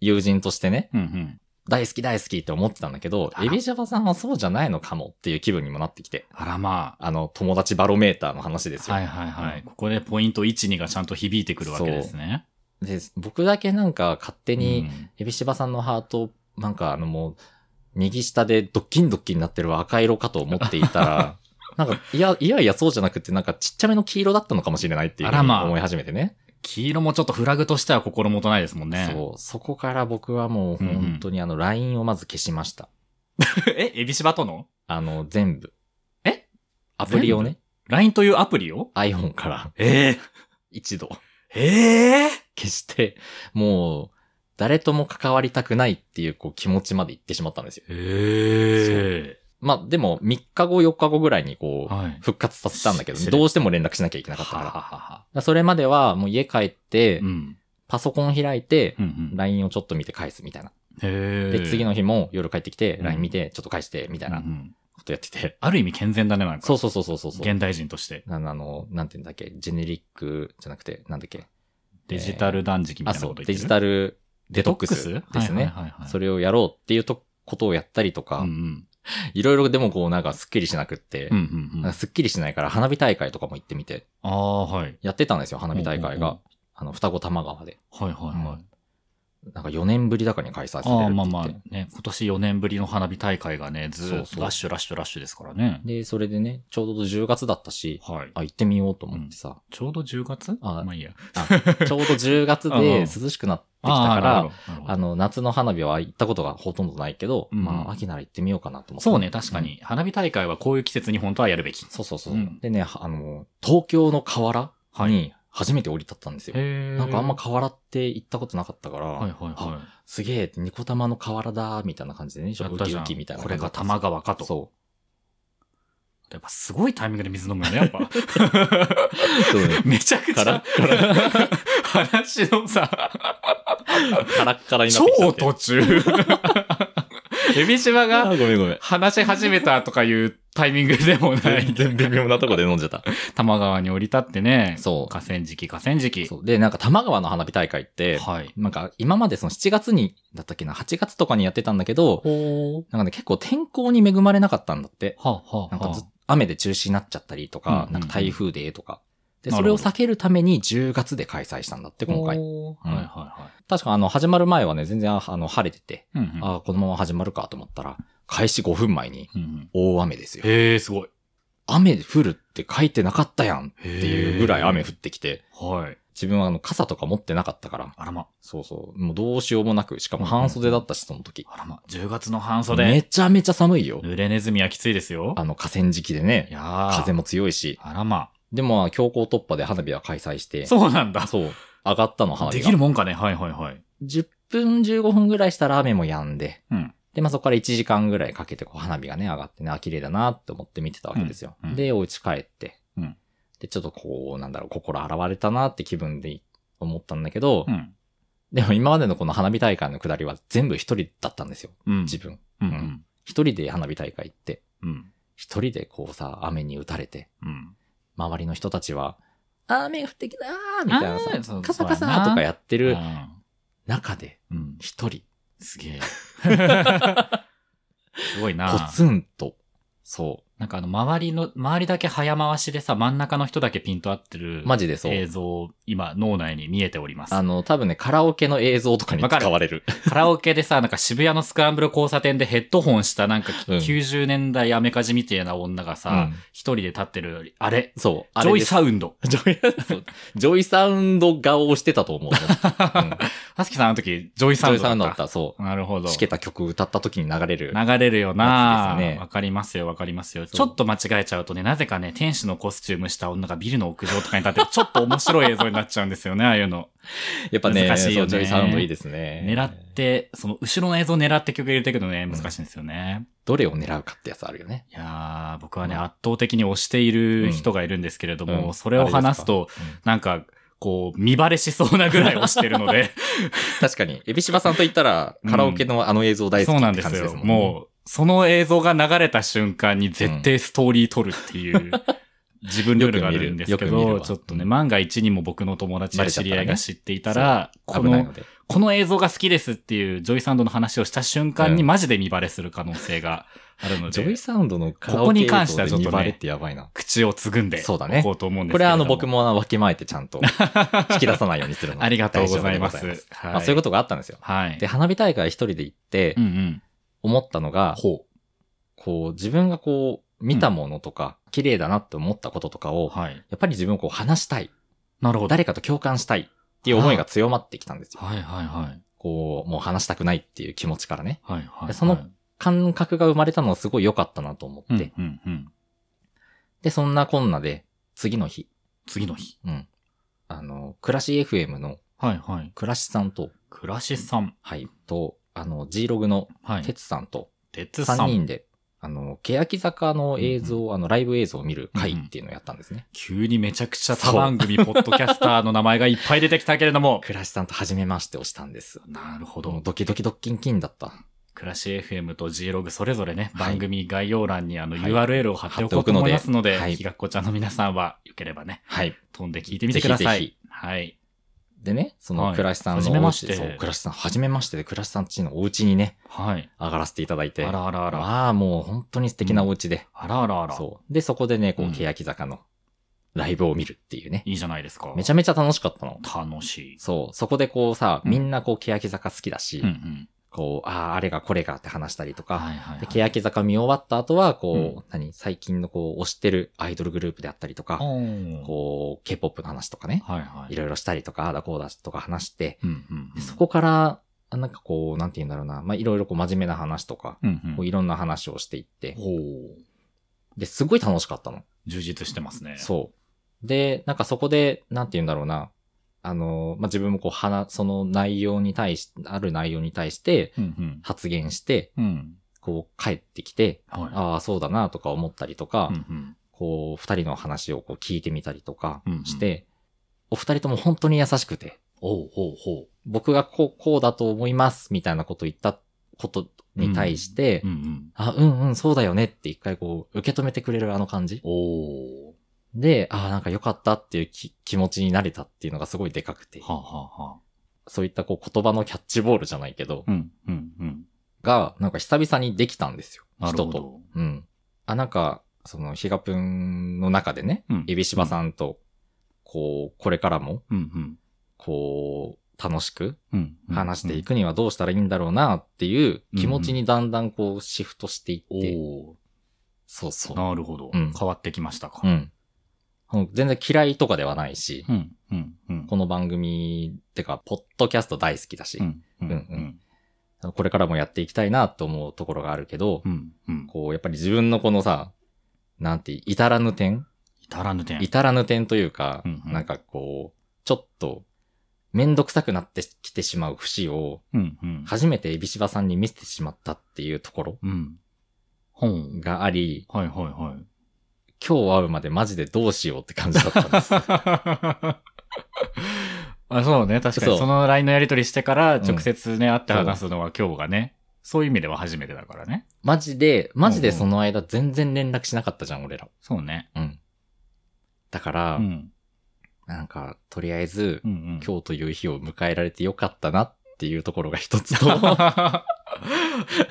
Speaker 1: 友人としてね、
Speaker 2: うんうん。
Speaker 1: 大好き大好きって思ってたんだけど、
Speaker 2: あら
Speaker 1: エビシバさんはそうじゃないのかもっていう気分にもなってきて。
Speaker 2: あらま
Speaker 1: あの、友達バロメーターの話です
Speaker 2: あ。
Speaker 1: よ。
Speaker 2: はいはいはい。ここでポイント1、2がちゃんと響いてくるわけですね。
Speaker 1: で、僕だけなんか勝手
Speaker 2: うん
Speaker 1: に、、エビシバさんのハート、なんかあのもう、右下でドッキンドッキンになってる赤色かと思っていた ら、なんか、いや、いやいやそうじゃなくて、なんかちっちゃめの黄色だったのかもしれないっていう
Speaker 2: あらまあ
Speaker 1: 思い始めてね。
Speaker 2: 黄色もちょっとフラグとしては心もとないですもんね。
Speaker 1: そう。そこから僕はもう本当にあの、LINE をまず消しました。
Speaker 2: え、エビシバとの
Speaker 1: あの、全部。
Speaker 2: え
Speaker 1: アプリをね、
Speaker 2: ?LINE というアプリを
Speaker 1: iPhone から
Speaker 2: え
Speaker 1: 一度
Speaker 2: えええ
Speaker 1: 消して、もう、誰とも関わりたくないっていうこう気持ちまで行ってしまったんですよ。
Speaker 2: え
Speaker 1: まあでも3日後4日後ぐらいにこう、
Speaker 2: はい。
Speaker 1: 復活させたんだけど、
Speaker 2: し
Speaker 1: どうしても連絡しなきゃいけなかったから。だからそれまではもう家帰って、
Speaker 2: うん。
Speaker 1: パソコン開いて
Speaker 2: う、ん。
Speaker 1: LINE をちょっと見て返すみたいな。
Speaker 2: ええ
Speaker 1: で、次の日も夜帰ってきて
Speaker 2: う、ん
Speaker 1: LINE 見て、ちょっと返して、みたいな
Speaker 2: うんうん
Speaker 1: ことやってて。
Speaker 2: ある意味健全だね、なんか。
Speaker 1: そうそうそうそうそう。
Speaker 2: 現代人として。
Speaker 1: あのあの、なんていうんだっけ、ジェネリックじゃなくて、なんだっけ。
Speaker 2: デジタル断食みた
Speaker 1: あ、
Speaker 2: いな
Speaker 1: そ
Speaker 2: こ
Speaker 1: う、
Speaker 2: と言って
Speaker 1: デ
Speaker 2: る
Speaker 1: ジタルデトックス
Speaker 2: デトッ
Speaker 1: ですね
Speaker 2: はいはいはいはい。
Speaker 1: それをやろうっていうとことをやったりとか
Speaker 2: うんう、ん。
Speaker 1: いろいろでもこうなんかスッキリしなくって
Speaker 2: うん、うんう
Speaker 1: なん
Speaker 2: ん
Speaker 1: か。すっきりしないから花火大会とかも行ってみて、
Speaker 2: ああ、はい。
Speaker 1: やってたんですよ、花火大会
Speaker 2: うんうんうん
Speaker 1: が。あの、双子玉川で。
Speaker 2: はいはいは
Speaker 1: う
Speaker 2: い
Speaker 1: ん。なんか4年ぶりだかに開催されてるって
Speaker 2: ああ、ま
Speaker 1: 言
Speaker 2: あ
Speaker 1: って。
Speaker 2: まあね、今年4年ぶりの花火大会がね、ずーっ
Speaker 1: そうそ
Speaker 2: と
Speaker 1: う
Speaker 2: ラッシュラッシュラッシュですからね。
Speaker 1: で、それでね、ちょうど10月だったし、
Speaker 2: はい。
Speaker 1: あ、行ってみようと思ってさ、
Speaker 2: ちょうど10月
Speaker 1: あ
Speaker 2: まあいいや。
Speaker 1: ちょうど10月
Speaker 2: うんうん
Speaker 1: で涼しくなってきたか
Speaker 2: ああな
Speaker 1: ら
Speaker 2: る、ほどなるほど
Speaker 1: あの、夏の花火は行ったことがほとんどないけど、
Speaker 2: うん
Speaker 1: まあ、秋なら行ってみようかなと思って。
Speaker 2: そうね、確かに、花火大会はこういう季節に本当はやるべき。
Speaker 1: そうそうそう。
Speaker 2: うん
Speaker 1: でね、はあの、東京の河原に初めて降り立ったんですよ。
Speaker 2: へ
Speaker 1: なんかあんま河原って行ったことなかったから、
Speaker 2: はいはいは
Speaker 1: すげえ、ニコ玉の河原だ、みたいな感じでね、
Speaker 2: い。
Speaker 1: ちょっと
Speaker 2: や
Speaker 1: ウ
Speaker 2: た
Speaker 1: キ
Speaker 2: じゃ
Speaker 1: ウ
Speaker 2: ん
Speaker 1: キみたいな
Speaker 2: こ
Speaker 1: 感
Speaker 2: れ
Speaker 1: じだ
Speaker 2: が
Speaker 1: ったん
Speaker 2: 玉川か
Speaker 1: ですよ
Speaker 2: と。
Speaker 1: そう。
Speaker 2: やっぱすごいタイミングで水飲むよね、やっぱ。
Speaker 1: そうね
Speaker 2: めちゃくち
Speaker 1: カ
Speaker 2: ゃ
Speaker 1: ラ。
Speaker 2: 話のさ、
Speaker 1: カラッカラになっ
Speaker 2: 超
Speaker 1: てきたって。
Speaker 2: 途 中。エビシバ
Speaker 1: あ
Speaker 2: が
Speaker 1: ーごめんごめん。
Speaker 2: 話し始めたとかいうタイミングでもない
Speaker 1: 全。然微妙なとこで飲んじゃった。
Speaker 2: 玉川に降り立ってね。
Speaker 1: そう
Speaker 2: 河川敷、河川敷。
Speaker 1: そうで、なんか玉川の花火大会って、
Speaker 2: はい。
Speaker 1: なんか今までその7月に、だったっけな、8月とかにやってたんだけど、
Speaker 2: ほ
Speaker 1: なんかね、結構天候に恵まれなかったんだって。
Speaker 2: はあ、は
Speaker 1: な
Speaker 2: あ、
Speaker 1: んかずっ
Speaker 2: は
Speaker 1: 雨で中止になっちゃったりと
Speaker 2: うんうん
Speaker 1: か
Speaker 2: う、ん
Speaker 1: なんか台風でとか。で、
Speaker 2: な
Speaker 1: そ
Speaker 2: る
Speaker 1: れ
Speaker 2: ほ
Speaker 1: を
Speaker 2: ど
Speaker 1: 避けるために10月で開催したんだって、
Speaker 2: あ
Speaker 1: 今回。
Speaker 2: ほう
Speaker 1: うん
Speaker 2: はいはいは
Speaker 1: 確かあの、始まる前はね、全然ああの、晴れてて、
Speaker 2: い。うんうん
Speaker 1: ああ、このまま始まるかと思ったら、開始5分前に
Speaker 2: うんうん
Speaker 1: 大雨ですよ。
Speaker 2: へえ、すごい。
Speaker 1: 雨降るって書いてなかったやん
Speaker 2: って
Speaker 1: っていうぐらい雨降ってきて、
Speaker 2: はい。
Speaker 1: 自分はあの、傘とか持ってなかったから、
Speaker 2: あらま、
Speaker 1: そうそう。もうどうしようもなく、しかも半袖だったし、その時。
Speaker 2: あらま、10月の半
Speaker 1: め
Speaker 2: 袖。
Speaker 1: ちゃめちゃ寒いよ。
Speaker 2: 濡れネズミはきついですよ。
Speaker 1: あの、河川敷で
Speaker 2: い
Speaker 1: ね、
Speaker 2: やー
Speaker 1: 風。も強いし。
Speaker 2: あらま。
Speaker 1: でもまあ、強行突破で花火は開催して。
Speaker 2: そうなんだ。
Speaker 1: そう。上がったの、花火
Speaker 2: で
Speaker 1: が。
Speaker 2: きるもんかね。はいはいはい。
Speaker 1: 10分、15分ぐらいしたら雨も止んで。
Speaker 2: うん
Speaker 1: で、まあそこから1時間ぐらいかけて、こう、花火がね、上がってね、あ、綺麗だなって思って見てたわけですよ。
Speaker 2: うんうん
Speaker 1: で、お家帰って。
Speaker 2: うん
Speaker 1: で、ちょっとこう、なんだろう、心洗われたなって気分で思ったんだけど、
Speaker 2: うん。
Speaker 1: でも今までのこの花火大会の下りは全部一人だったんですよ、
Speaker 2: うん。
Speaker 1: 自分。
Speaker 2: うんうん。
Speaker 1: 一人で花火大会行って、
Speaker 2: うん。
Speaker 1: 一人でこうさ、雨に打たれて、
Speaker 2: うん。
Speaker 1: 周りの人たちは、雨が降ってきたーみたいな
Speaker 2: あーそ
Speaker 1: さ
Speaker 2: う、
Speaker 1: カサカ
Speaker 2: そうや
Speaker 1: サ
Speaker 2: な
Speaker 1: とかやってる
Speaker 2: あ
Speaker 1: 中で、
Speaker 2: ーうん。
Speaker 1: 一人、
Speaker 2: すげえ。すごいな。
Speaker 1: ポツンとそ
Speaker 2: なんかあの、周りの、周りだけ早回しでさ、真ん中の人だけピント合ってる。
Speaker 1: う。マジでそう。
Speaker 2: 映像、今、脳内に見えております。
Speaker 1: あの、多分ね、カラオケの映像とかに
Speaker 2: わかる
Speaker 1: 使われる。
Speaker 2: カラオケでさ、なんか渋谷のスクランブル交差点でヘッドホンしたなんかき、
Speaker 1: うん
Speaker 2: 90年代アメカジみたいな女がさ
Speaker 1: うん、
Speaker 2: 一、人で立ってるより、あれ、
Speaker 1: そう。あ
Speaker 2: ジ
Speaker 1: れ
Speaker 2: ョ
Speaker 1: で
Speaker 2: イ
Speaker 1: す
Speaker 2: サウンド。
Speaker 1: ジョイ、 そうジョイサウンド顔をしてたと思う。 うん
Speaker 2: ハスキさんあの時、ジョイ
Speaker 1: ジ
Speaker 2: サウ
Speaker 1: ョ
Speaker 2: ン
Speaker 1: イ
Speaker 2: ド
Speaker 1: サ
Speaker 2: だ
Speaker 1: ウンド
Speaker 2: った。
Speaker 1: だった、そう。
Speaker 2: なるほど。
Speaker 1: しけた曲歌った時に流れる。
Speaker 2: 流れるよな
Speaker 1: やつですね
Speaker 2: わかりますよ、わかりますよ。
Speaker 1: う
Speaker 2: ちょっと間違えちゃうとね、なぜかね、天使のコスチュームした女がビルの屋上とかに立って、ちょっと面白い映像になっちゃうんですよね、ああいうの。
Speaker 1: やっぱね、
Speaker 2: 難しいよ
Speaker 1: そう
Speaker 2: ね
Speaker 1: ジョイサウンドいいですね。
Speaker 2: 狙って、その後ろの映像を狙って曲入れていくのね、難しいんですよね。
Speaker 1: どれを狙うかってやつあるよね。
Speaker 2: いやー、僕はね、
Speaker 1: うん
Speaker 2: 圧倒的に推している人がいるんですけれども、
Speaker 1: うん
Speaker 2: それを話す
Speaker 1: う
Speaker 2: と、
Speaker 1: ん
Speaker 2: なんか、こう、見バレしそうなぐらい推してるので、
Speaker 1: 確かに、エビシバさんと言ったら、カラオケのあの映像 大好き
Speaker 2: そうなん
Speaker 1: って
Speaker 2: で
Speaker 1: 感
Speaker 2: す
Speaker 1: じで
Speaker 2: よ。
Speaker 1: すもんね。
Speaker 2: もう、その映像が流れた瞬間に絶対ストーリー撮るっていう、 自分ルールがあるんですけ
Speaker 1: よく見る
Speaker 2: ど、
Speaker 1: わ
Speaker 2: ちょっとね、万が一にも僕の友達や知り合いが知っていたら、こ
Speaker 1: 危ない
Speaker 2: の
Speaker 1: の、で。
Speaker 2: この映像が好きですっていうジョイサウンドの話をした瞬間に
Speaker 1: うん
Speaker 2: マジで見バレする可能性があるの
Speaker 1: ジョ
Speaker 2: で
Speaker 1: イ、サウンドのカラ
Speaker 2: ここ
Speaker 1: オケ
Speaker 2: に
Speaker 1: 映
Speaker 2: 関して
Speaker 1: 像
Speaker 2: は
Speaker 1: で
Speaker 2: ちょっとね
Speaker 1: 2バレってやばいな。
Speaker 2: 口をつぐんで、
Speaker 1: そうだね
Speaker 2: おこうと思うんです
Speaker 1: こ
Speaker 2: け
Speaker 1: れ
Speaker 2: れ
Speaker 1: は
Speaker 2: ど
Speaker 1: あ
Speaker 2: も
Speaker 1: の僕。もあのわきまえてちゃんと引き出さないようにするので。
Speaker 2: ありがとうございます
Speaker 1: 大丈夫でござ
Speaker 2: はい
Speaker 1: まあそういうことがあったんですよ。
Speaker 2: はい。
Speaker 1: で、花火大会一人で行って
Speaker 2: うんうん。
Speaker 1: 思ったのが、
Speaker 2: ほ
Speaker 1: こう自分がこう見たものとか、綺麗だなって思ったこととか
Speaker 2: う。
Speaker 1: を、
Speaker 2: はい。
Speaker 1: やっぱり自分をこう話したい、
Speaker 2: なるほど。
Speaker 1: 誰かと共感したいっていう思いが強まってきたんですよ。
Speaker 2: はいはいはい。
Speaker 1: こう、もう話したくないっていう気持ちからね。
Speaker 2: はいはい、はい。
Speaker 1: でその感覚が生まれたのはすごい良かったなと思って。
Speaker 2: うん、うんうん。
Speaker 1: で、そんなこんなで、次の日、
Speaker 2: 次の日。
Speaker 1: うん。あの、暮らし FM の
Speaker 2: はいはい。
Speaker 1: 暮らしさんと、
Speaker 2: 暮らしさん。
Speaker 1: はい、と、あの、G ログの
Speaker 2: は
Speaker 1: てつさんと、
Speaker 2: 鉄さん。
Speaker 1: 3人で、あの、欅坂の映像、あの、ライブ映像を見る会っていうのをやったんですね。
Speaker 2: 急にめちゃくちゃ他番組、ポッドキャスターの名前がいっぱい出てきたけれども。
Speaker 1: 暮らしさんと初めましてをしたんです。
Speaker 2: なるほ
Speaker 1: もう
Speaker 2: ど。
Speaker 1: ドキドキドッキンキンだった。
Speaker 2: 暮らし FM と G ログそれぞれね、
Speaker 1: はい
Speaker 2: 番組概要欄にあの
Speaker 1: はい
Speaker 2: URL を貼っておこうと思いますので、
Speaker 1: はい
Speaker 2: ひがっこちゃんの皆さんは、よければね、
Speaker 1: はい。
Speaker 2: 飛んで聞いてみてくださ
Speaker 1: ぜひ
Speaker 2: い。はい。
Speaker 1: でね、そ
Speaker 2: は
Speaker 1: の
Speaker 2: い
Speaker 1: 暮らしさんのお家
Speaker 2: 初めまして
Speaker 1: そう、暮らしさん、初めましてで、暮らしさんちのお家にね、
Speaker 2: はい。
Speaker 1: 上がらせていただい
Speaker 2: あ
Speaker 1: て。
Speaker 2: らあらあら。
Speaker 1: まあ、もう本当に素敵なお家で。
Speaker 2: あらあらあら。
Speaker 1: そう。で、そこでね、こ
Speaker 2: うん
Speaker 1: う、欅坂のライブを見るっていうね。
Speaker 2: いいじゃないですか。
Speaker 1: めちゃめちゃ楽しかったの。
Speaker 2: 楽しい。
Speaker 1: そう。そこでこうさ、
Speaker 2: うん
Speaker 1: みんなこう、欅坂好きだし、
Speaker 2: うんうん。
Speaker 1: こう、ああ、あれがこれがって話したりとか、
Speaker 2: はいはい
Speaker 1: で、
Speaker 2: はい。
Speaker 1: 欅坂見終わった後は、
Speaker 2: う
Speaker 1: こう、何最近のこう、推してるアイドルグループであったりとか、
Speaker 2: おー
Speaker 1: こう、K-POP の話とかね、
Speaker 2: はいはいい。
Speaker 1: ろいろしたりとか、ああだこうだとか話して、
Speaker 2: うんうんう
Speaker 1: で
Speaker 2: ん。
Speaker 1: そこから、あなんかこう、なんて言うんだろうな、まあ、いろいろこう、真面目な話とか、
Speaker 2: うんうん
Speaker 1: こういろんな話をしていって、
Speaker 2: ほう。
Speaker 1: で、すごい楽しかったの。
Speaker 2: 充実してますね。
Speaker 1: そう。で、なんかそこで、なんて言うんだろうな。あの、まあ、自分もこう、話、その内容に対し、ある内容に対して
Speaker 2: う。うん
Speaker 1: 発言して、
Speaker 2: うん。うん。
Speaker 1: こう、帰ってきて、
Speaker 2: は
Speaker 1: ああ、そうだなとか思ったりと
Speaker 2: い。
Speaker 1: か、
Speaker 2: うんうん。
Speaker 1: こう、二人の話をこう聞いてみたりとか
Speaker 2: うんうん
Speaker 1: して、お二人とも本当に優しくて、
Speaker 2: おうほうほ
Speaker 1: 僕がこう、こうだと思います、みたいなことを言ったことに対して、
Speaker 2: う。うんうん。
Speaker 1: あ、うんうん、そうだよねって一回こう、受け止めてくれるあの感じ。
Speaker 2: おー。
Speaker 1: で、ああ、なんか良かったっていうき気持ちになれたっていうのがすごいでかくて、
Speaker 2: はあ、はあはあ、
Speaker 1: そういったこう言葉のキャッチボールじゃないけど、
Speaker 2: うんうんうん。
Speaker 1: が、なんか久々にできたんですよ。
Speaker 2: なる
Speaker 1: 人
Speaker 2: ほ
Speaker 1: と。
Speaker 2: ど。
Speaker 1: うん。あ、なんか、その、ヒガプンの中でね、
Speaker 2: うん
Speaker 1: エビシバさんと、こう、これからも、
Speaker 2: うんうん
Speaker 1: こう、楽しく
Speaker 2: うんうん。
Speaker 1: 話していくにはどうしたらいいんだろうなっていう気持ちにだんだんこうシフトしてい
Speaker 2: うん。
Speaker 1: って、
Speaker 2: お
Speaker 1: そうそ
Speaker 2: ー
Speaker 1: う。
Speaker 2: なるほど、
Speaker 1: うん
Speaker 2: 変わってきましたか。
Speaker 1: うん。うん全然嫌いとかではないし、
Speaker 2: うんうんうん。
Speaker 1: この番組、てか、ポッドキャスト大好きだし
Speaker 2: う、んうんう
Speaker 1: うんんこれからもやっていきたいなと思うところがあるけど、
Speaker 2: うんうん。
Speaker 1: こう、やっぱり自分のこのさ、なんて、至らぬ点
Speaker 2: 至らぬ点。
Speaker 1: 至らぬ点というか、
Speaker 2: うんうん
Speaker 1: なんかこう、ちょっと、めんどくさくなってきてしまう節を、
Speaker 2: うんうん。
Speaker 1: 初めてエビシバさんに見せてしまったっていうところ
Speaker 2: うん。ほん。
Speaker 1: があり、
Speaker 2: はいはいはい。
Speaker 1: 今日会うまでマジでどうしようって感じだったん です。
Speaker 2: あそうね、確かに。
Speaker 1: そう
Speaker 2: その LINE のやり取りしてから、
Speaker 1: ん
Speaker 2: 直接ね、会って話すのは今日がね、そういう意味では初めてだからね。
Speaker 1: マジで、マジでその間全然連絡しなかったじゃん、俺ら。
Speaker 2: そうね。
Speaker 1: うん。だか
Speaker 2: う
Speaker 1: ら、
Speaker 2: ん。
Speaker 1: なんか、とりあえず
Speaker 2: う、んうん。
Speaker 1: 今日という日を迎えられてよかったなっていうところが一つと、
Speaker 2: は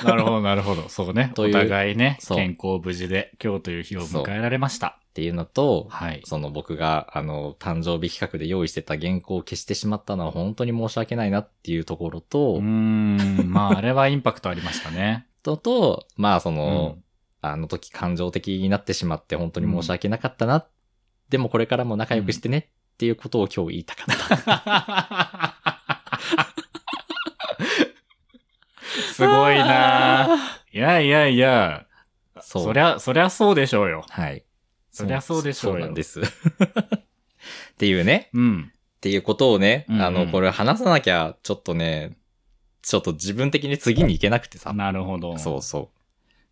Speaker 2: なるほど、なるほど。そうね。
Speaker 1: と
Speaker 2: お
Speaker 1: いう
Speaker 2: 互いね、
Speaker 1: そう
Speaker 2: 健康無事で今日という日を迎えられました。
Speaker 1: ていうのと、
Speaker 2: はい。
Speaker 1: その僕が、あの、誕生日企画で用意してた原稿を消してしまったのは本当に申し訳ないなっていうところ
Speaker 2: う
Speaker 1: と
Speaker 2: ー、ん、まあ、あれはインパクトありまし たね。
Speaker 1: とと、まあその、
Speaker 2: うん
Speaker 1: あの時感情的になってしまって本当に申し訳なかったな。でもこれからも仲良くしてねっていうことを今日言いたかった。
Speaker 2: すごいなぁいやいやいや、
Speaker 1: そう。
Speaker 2: そりゃ、そりゃそうでしょうよ。
Speaker 1: はい。
Speaker 2: そりゃそうでしょうよ
Speaker 1: そうなんです。 っていうね。
Speaker 2: うん。
Speaker 1: っていうことをね、
Speaker 2: うんうん
Speaker 1: あの、これ話さなきゃ、ちょっとね、ちょっと自分的に次に行けなくてさ。
Speaker 2: なるほど。
Speaker 1: そうそう。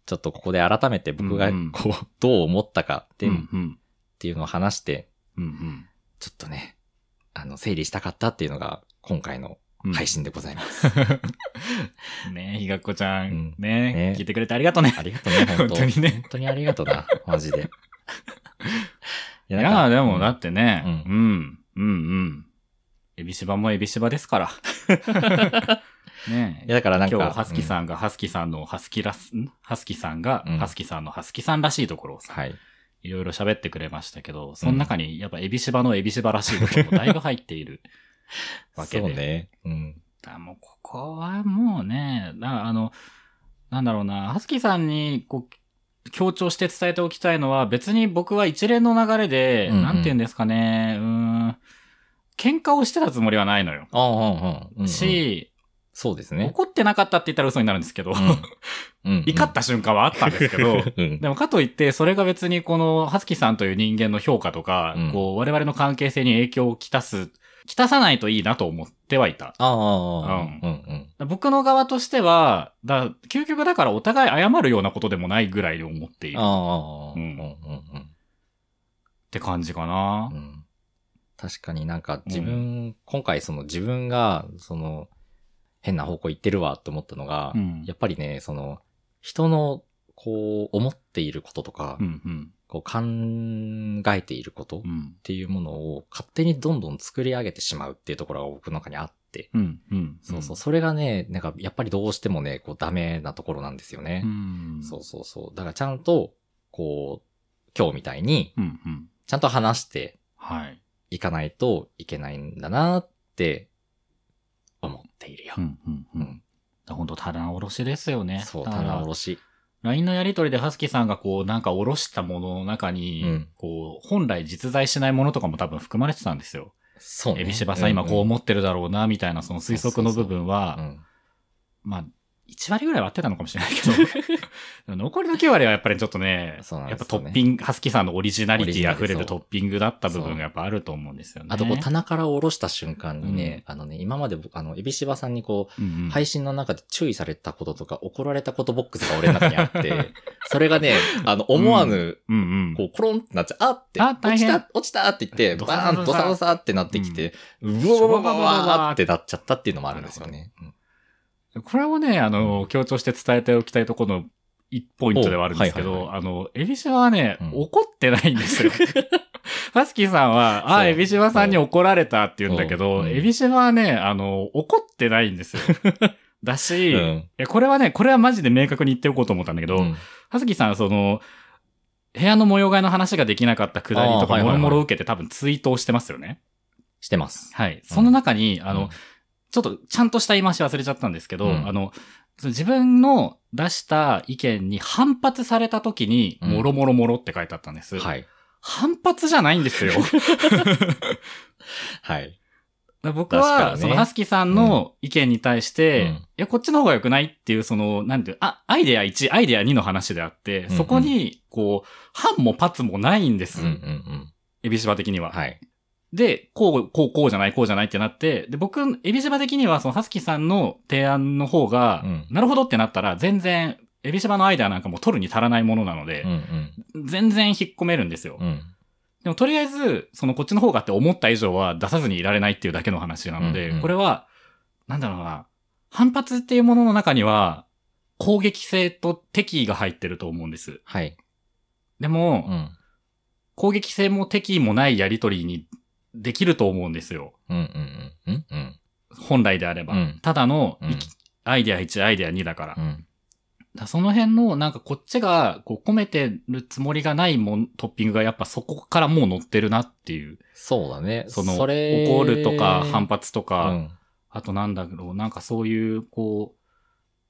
Speaker 1: ちょっとここで改めて僕が
Speaker 2: うんうん
Speaker 1: こう、どう思ったかって,、
Speaker 2: う
Speaker 1: っ
Speaker 2: んうん。
Speaker 1: ていうのを話して、
Speaker 2: うん
Speaker 1: ちょっとね、あの、整理したかったっていうのが今回の
Speaker 2: うん。
Speaker 1: 配信でございます。
Speaker 2: ねえ、ひがっこちゃ
Speaker 1: うんん、ね
Speaker 2: ねえ、聞いてくれてありがとうね。
Speaker 1: ありがとう ね、本当
Speaker 2: 本当にね
Speaker 1: 本当にありがとうな、マジで。い
Speaker 2: いやーでもだ
Speaker 1: な
Speaker 2: ってね、う、
Speaker 1: うん
Speaker 2: うん、うん。エビシバもエビシバです から。ね
Speaker 1: い
Speaker 2: え。
Speaker 1: やだからなんか、
Speaker 2: 今日、ハスキさんが、ハスキさんの、ハスキラス、んハスキさんが、
Speaker 1: うん
Speaker 2: ハスキさんの、ハスキさんらしいところをさ、
Speaker 1: はい。
Speaker 2: いろいろ喋ってくれましたけど、その中に、やっぱ、エビシバのエビシバらしいところもだいぶ入っているわけ で。
Speaker 1: そうね。うん。
Speaker 2: だもうここはもうね、だあの、なんだろうな、ハスキーさんにこう強調して伝えておきたいのは、別に僕は一連の流れで、
Speaker 1: うんうん
Speaker 2: なんて言うんですかね、うーん、喧嘩をしてたつもりはないのよ。
Speaker 1: ああ、うんうんうん。うん、
Speaker 2: し、
Speaker 1: そうですね。
Speaker 2: 怒ってなかったって言ったら嘘になるんですけど、
Speaker 1: うん うんうん
Speaker 2: 怒った瞬間はあったんですけ ど、
Speaker 1: うん。
Speaker 2: でもかといって、それが別にこの、ハスキさんという人間の評価とか、
Speaker 1: うん
Speaker 2: こう、我々の関係性に影響をきたす、きたさないといいなと思ってはいた。
Speaker 1: ああ、うんうん。
Speaker 2: 僕の側としては、だ究極だからお互い謝るようなことでもないぐらいに思っているっ
Speaker 1: ああ、
Speaker 2: う
Speaker 1: うんんうんうん
Speaker 2: て感じかな
Speaker 1: う。ん。確かになんか自分、今回その自分が、その、変な方向行ってるわって思ったのが、
Speaker 2: うん
Speaker 1: やっぱりね、その、人の、こう、思っていることとか、
Speaker 2: うんうん
Speaker 1: こう考えていることっ
Speaker 2: うん
Speaker 1: ていうものを勝手にどんどん作り上げてしまうっていうところが僕の中にあって、
Speaker 2: うんうん
Speaker 1: そうそう、それがね、なんかやっぱりどうしてもね、こうダメなところなんですよね
Speaker 2: う。ん
Speaker 1: そうそうそう。だからちゃんと、こう、今日みたいに、
Speaker 2: うんうん
Speaker 1: ちゃんと話して
Speaker 2: はい。
Speaker 1: いかないといけないんだなって、思っているよ
Speaker 2: う。んうんう。
Speaker 1: うん
Speaker 2: 本当棚卸しですよね。
Speaker 1: そう、
Speaker 2: だから
Speaker 1: 棚卸し。
Speaker 2: LINE のやりとりでハスキーさんがこう、なんか卸したものの中に、
Speaker 1: うん
Speaker 2: こう、本来実在しないものとかも多分含まれてたんですよ。
Speaker 1: そうね。
Speaker 2: エビシバさん今こう思ってるだろうな、みたいなその推測の部分は、
Speaker 1: うんうん。うん
Speaker 2: まあ、1割ぐらいは合ってたのかもしれない けど、残りの9割はやっぱりちょっとね、
Speaker 1: そうなん
Speaker 2: や
Speaker 1: で
Speaker 2: っ
Speaker 1: すよね
Speaker 2: ぱトッピング、ハスキーさんのオリジナリティ
Speaker 1: オ
Speaker 2: 溢
Speaker 1: リジ
Speaker 2: れ
Speaker 1: ナ
Speaker 2: る
Speaker 1: リティ
Speaker 2: トッピングだった部分がやっぱあると思うんですよね。
Speaker 1: あと、こう、棚から下ろした瞬間にね、あのね、今まで僕、あの、エビシバさんにこう、
Speaker 2: うんうん
Speaker 1: 配信の中で注意されたこととか怒られたことボックスが俺の中にあって、 それがね、あの、思わぬ、
Speaker 2: うんうん
Speaker 1: こう、コロンってなっちゃう、あって、
Speaker 2: あ大
Speaker 1: 落ち
Speaker 2: 変
Speaker 1: た、落ちたって言って、
Speaker 2: ドサ
Speaker 1: バー
Speaker 2: ドサ
Speaker 1: ン、ドサドサってなってきて、うわわわわわわってなっちゃったっていうのもあるんですよね。うん
Speaker 2: これをね、あの、強調して伝えておきたいところの1ポイントではあるんですけど、
Speaker 1: おはい
Speaker 2: あの、エビシバはね、
Speaker 1: うん
Speaker 2: 怒ってないん ですよ。ハスキーさんは、あ
Speaker 1: そ
Speaker 2: あ、
Speaker 1: う
Speaker 2: エビシバさんに怒られたって言うんだけ
Speaker 1: う
Speaker 2: ど、
Speaker 1: ん
Speaker 2: エビシバはね、あの、怒ってないん ですよ。だし、
Speaker 1: うん
Speaker 2: えこれはね、これはマジで明確に言っておこうと思ったんだけど、
Speaker 1: うん
Speaker 2: はずきさん、その、部屋の模様替えの話ができなかったくだりと
Speaker 1: あーは
Speaker 2: か、
Speaker 1: いはい
Speaker 2: も
Speaker 1: は
Speaker 2: ろ
Speaker 1: い
Speaker 2: もろ受けて多分ツイートをしてますよね。
Speaker 1: してます。
Speaker 2: はい。その中に、あ
Speaker 1: う
Speaker 2: の
Speaker 1: ん、、
Speaker 2: ちょっとちゃんとした言い回し忘れちゃったんですけど、
Speaker 1: うん
Speaker 2: あの、その自分の出した意見に反発された時に、
Speaker 1: うん
Speaker 2: もろもろもろって書いてあったんです。
Speaker 1: はい。
Speaker 2: 反発じゃないん ですよ。
Speaker 1: はい。
Speaker 2: だから僕
Speaker 1: 確か
Speaker 2: は、
Speaker 1: にね
Speaker 2: その、ハスキさんの意見に対して、
Speaker 1: うん
Speaker 2: いや、こっちの方が良くないっていう、その、なんていう、あ、アイデア1、アイデア2の話であって、
Speaker 1: んうん
Speaker 2: そこに、こう、反も罰もないんで
Speaker 1: う
Speaker 2: す。
Speaker 1: んうんうん。
Speaker 2: エビシバ的には。
Speaker 1: はい。
Speaker 2: で、こう、こう、こうじゃない、こうじゃないってなって、で、僕、エビシバ的には、その、ハスキさんの提案の方が、
Speaker 1: うん
Speaker 2: なるほどってなったら、全然、エビシバのアイデアなんかもう取るに足らないものなので
Speaker 1: うん、うん。
Speaker 2: 全然引っ込めるんですよ。
Speaker 1: うん。
Speaker 2: でもとりあえず、そのこっちの方がって思った以上は出さずにいられないっていうだけの話なので、
Speaker 1: うんうん
Speaker 2: これは、なんだろうな、反発っていうものの中には、攻撃性と敵意が入ってると思うんです。
Speaker 1: はい。
Speaker 2: でも、
Speaker 1: うん。
Speaker 2: 攻撃性も敵意もないやりとりにできると思うんですよ。
Speaker 1: うんうんうん。うんうん。
Speaker 2: 本来であれば。
Speaker 1: うん
Speaker 2: ただの、
Speaker 1: うん
Speaker 2: いきアイデア1、アイデア2だから。
Speaker 1: う
Speaker 2: だか
Speaker 1: ん。
Speaker 2: らその辺の、なんかこっちが、こう、込めてるつもりがないもん、トッピングがやっぱそこからもう乗ってるなっていう。
Speaker 1: そうだね。
Speaker 2: その、
Speaker 1: それ
Speaker 2: 怒るとか、反発とか、
Speaker 1: うん。
Speaker 2: あとなんだろう、なんかそういう、こう、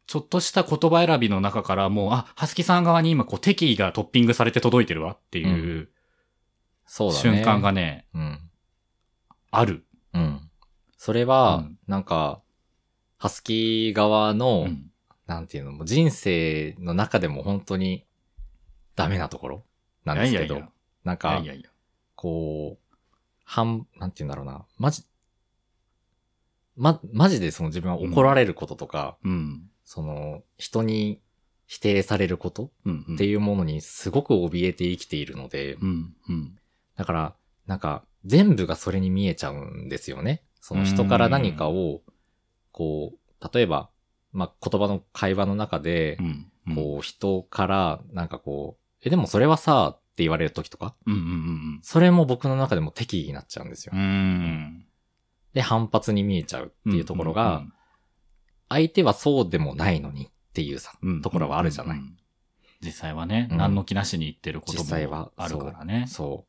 Speaker 2: ちょっとした言葉選びの中からもう、あ、はすきさん側に今、こう、敵意がトッピングされて届いてるわっていう
Speaker 1: そうだね。
Speaker 2: 瞬間が。ね、
Speaker 1: うん。
Speaker 2: ある。
Speaker 1: うん。それ
Speaker 2: う
Speaker 1: は
Speaker 2: ん、
Speaker 1: なんか、ハスキー側の、
Speaker 2: うん
Speaker 1: なんていうのも、人生の中でも本当にダメなところなんですけど、
Speaker 2: いやいやいや
Speaker 1: なん
Speaker 2: いや
Speaker 1: か
Speaker 2: い、やいや。
Speaker 1: こう、半、なんていうんだろうな、まじ、ま、マジでその自分は怒られることとか、
Speaker 2: うん。
Speaker 1: その、人に否定されること
Speaker 2: うん、うん。
Speaker 1: っていうものにすごく怯えて生きているので、
Speaker 2: うん、うん。
Speaker 1: だから、なんか、全部がそれに見えちゃうんですよね。その人から何かを、こう、例えば、まあ、言葉の会話の中で
Speaker 2: う、ん。うん
Speaker 1: こう、人から、なんかこう、え、でもそれはさ、って言われる時とか、
Speaker 2: うん、うん、うん
Speaker 1: それも僕の中でも敵意になっちゃうんですよ
Speaker 2: うん。う。ん。
Speaker 1: で、反発に見えちゃうっていうところが、
Speaker 2: うん、
Speaker 1: 相手はそうでもないのにっていうさ、
Speaker 2: うん
Speaker 1: ところはあるじゃない。
Speaker 2: うん実際はね、
Speaker 1: うん
Speaker 2: 何の気なしに言ってること
Speaker 1: 実際は
Speaker 2: もあるからね。
Speaker 1: そ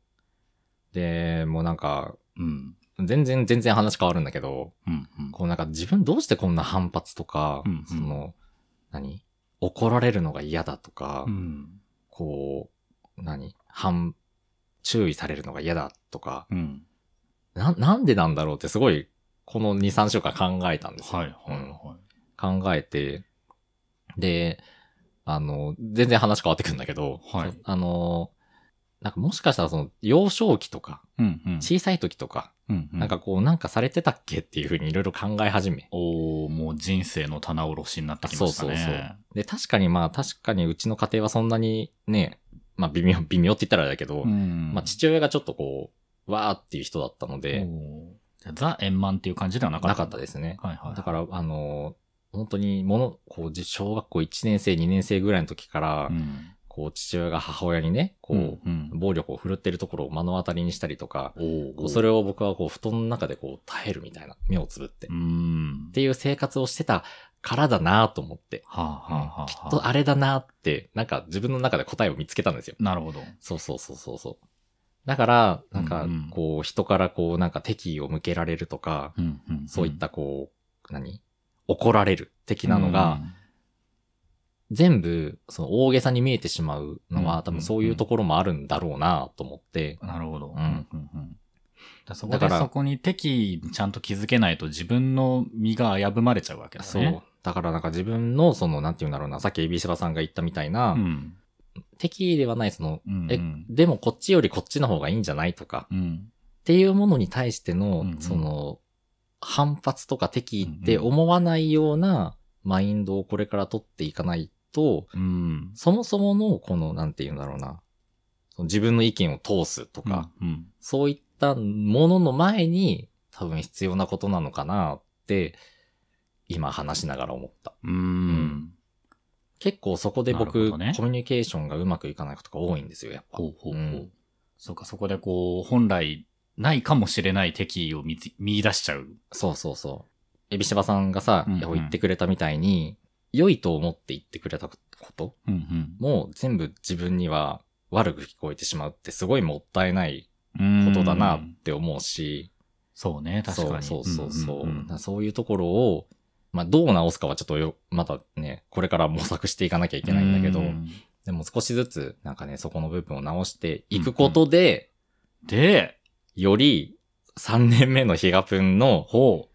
Speaker 1: う。で、もうなんか、
Speaker 2: うん。
Speaker 1: 全然、全然話変わるんだけど、
Speaker 2: うん、うん。
Speaker 1: こうなんか自分どうしてこんな反発とか、
Speaker 2: うんうん
Speaker 1: その、何怒られるのが嫌だとか、
Speaker 2: うん。
Speaker 1: こう、何反、注意されるのが嫌だとか、
Speaker 2: うん。
Speaker 1: な、なんでなんだろうってすごい、この2、3週間考えたんですよ。
Speaker 2: はい、
Speaker 1: う
Speaker 2: はい、
Speaker 1: ん
Speaker 2: は
Speaker 1: 考えて、で、あの、全然話変わってくんだけど、
Speaker 2: はい
Speaker 1: そあの、なんかもしかしたらその、幼少期とか、
Speaker 2: い。うん、うん。
Speaker 1: 小さい時とか、
Speaker 2: うんう
Speaker 1: なんかこう、なんかされてたっけっていうふうにいろいろ考え始め、
Speaker 2: おーもう人生の棚卸しになってきました
Speaker 1: そうそ
Speaker 2: ね。
Speaker 1: うそうで、確かにまあ確かにうちの家庭はそんなにね、まあ微妙、微妙って言ったらあれだけど、
Speaker 2: うん
Speaker 1: まあ父親がちょっとこう、わーっていう人だったので、
Speaker 2: おーじゃあザ円満っていう感じではなかった。
Speaker 1: なかったですね。
Speaker 2: はいはい。
Speaker 1: だから、あのー、本当にもの、こう、じ小学校1年生、2年生ぐらいの時から、
Speaker 2: うん、
Speaker 1: こう、父親が母親にね、こう、
Speaker 2: うん
Speaker 1: 暴力を振るってるところを目の当たりにしたりとか、
Speaker 2: おー
Speaker 1: こうそれを僕はこう、布団の中でこう、耐えるみたいな、目をつぶって、
Speaker 2: う
Speaker 1: っ
Speaker 2: ん。
Speaker 1: ていう生活をしてたからだなと思って、
Speaker 2: はあ、はあはあ、
Speaker 1: きっとあれだなって、なんか自分の中で答えを見つけたんですよ。
Speaker 2: なるほど。
Speaker 1: そうそうそうそうそう。だから、なん
Speaker 2: う
Speaker 1: か
Speaker 2: んうん、
Speaker 1: こう、人からこう、なんか敵意を向けられるとか、
Speaker 2: うんうんん
Speaker 1: そういったこう、何怒られる的なのが、、全部、その大げさに見えてしまうの
Speaker 2: うん
Speaker 1: は、多分そういうところもあるんだろうなと思って、
Speaker 2: うんなるほど。
Speaker 1: うん
Speaker 2: うんうんだからそこ
Speaker 1: だ
Speaker 2: で
Speaker 1: から
Speaker 2: そこに敵意ちゃんと気づけないと自分の身が危ぶまれちゃうわけだね。
Speaker 1: そう。だからなんか自分の、その、なんて言うんだろうな、さっきエビシバさんが言ったみたいな、
Speaker 2: うん。
Speaker 1: 敵意ではない、その、
Speaker 2: うんうん
Speaker 1: え、でもこっちよりこっちの方がいいんじゃないとか、
Speaker 2: うん。
Speaker 1: っていうものに対しての、
Speaker 2: うんうん
Speaker 1: その、反発とか敵意って思わないようなマインドをこれから取っていかないと、
Speaker 2: うん。
Speaker 1: そもそもの、この、なんて言うんだろうな、その自分の意見を通すとか、
Speaker 2: うん。
Speaker 1: そういったものの前に、多分必要なことなのかなって、今話しながら思った。
Speaker 2: うん。うん
Speaker 1: 結構そこで
Speaker 2: なる
Speaker 1: 僕、
Speaker 2: ほどね
Speaker 1: コミュニケーションがうまくいかないことが多いんですよ、やっぱ。
Speaker 2: ほうほうほう。
Speaker 1: うん
Speaker 2: そうか、そこでこう、本来ないかもしれない敵意を見つ見出しちゃう。
Speaker 1: そうそうそう。エビシバさんがさ、
Speaker 2: うんうん
Speaker 1: いや言ってくれたみたいに、良いと思って言ってくれたこと
Speaker 2: うん
Speaker 1: も全部自分には悪く聞こえてしまうってすごいもったいない
Speaker 2: うん
Speaker 1: ことだなって思うし、
Speaker 2: そうね、確かに。
Speaker 1: そうそうそうそう。
Speaker 2: んん
Speaker 1: だ
Speaker 2: ん
Speaker 1: からそういうところを、まあどう直すかはちょっとよ、またね、これから模索していかなきゃいけないんだけど
Speaker 2: う、ん
Speaker 1: でも少しずつなんかね、そこの部分を直していくことで、
Speaker 2: で、
Speaker 1: より3年目のヒガプンの
Speaker 2: ほ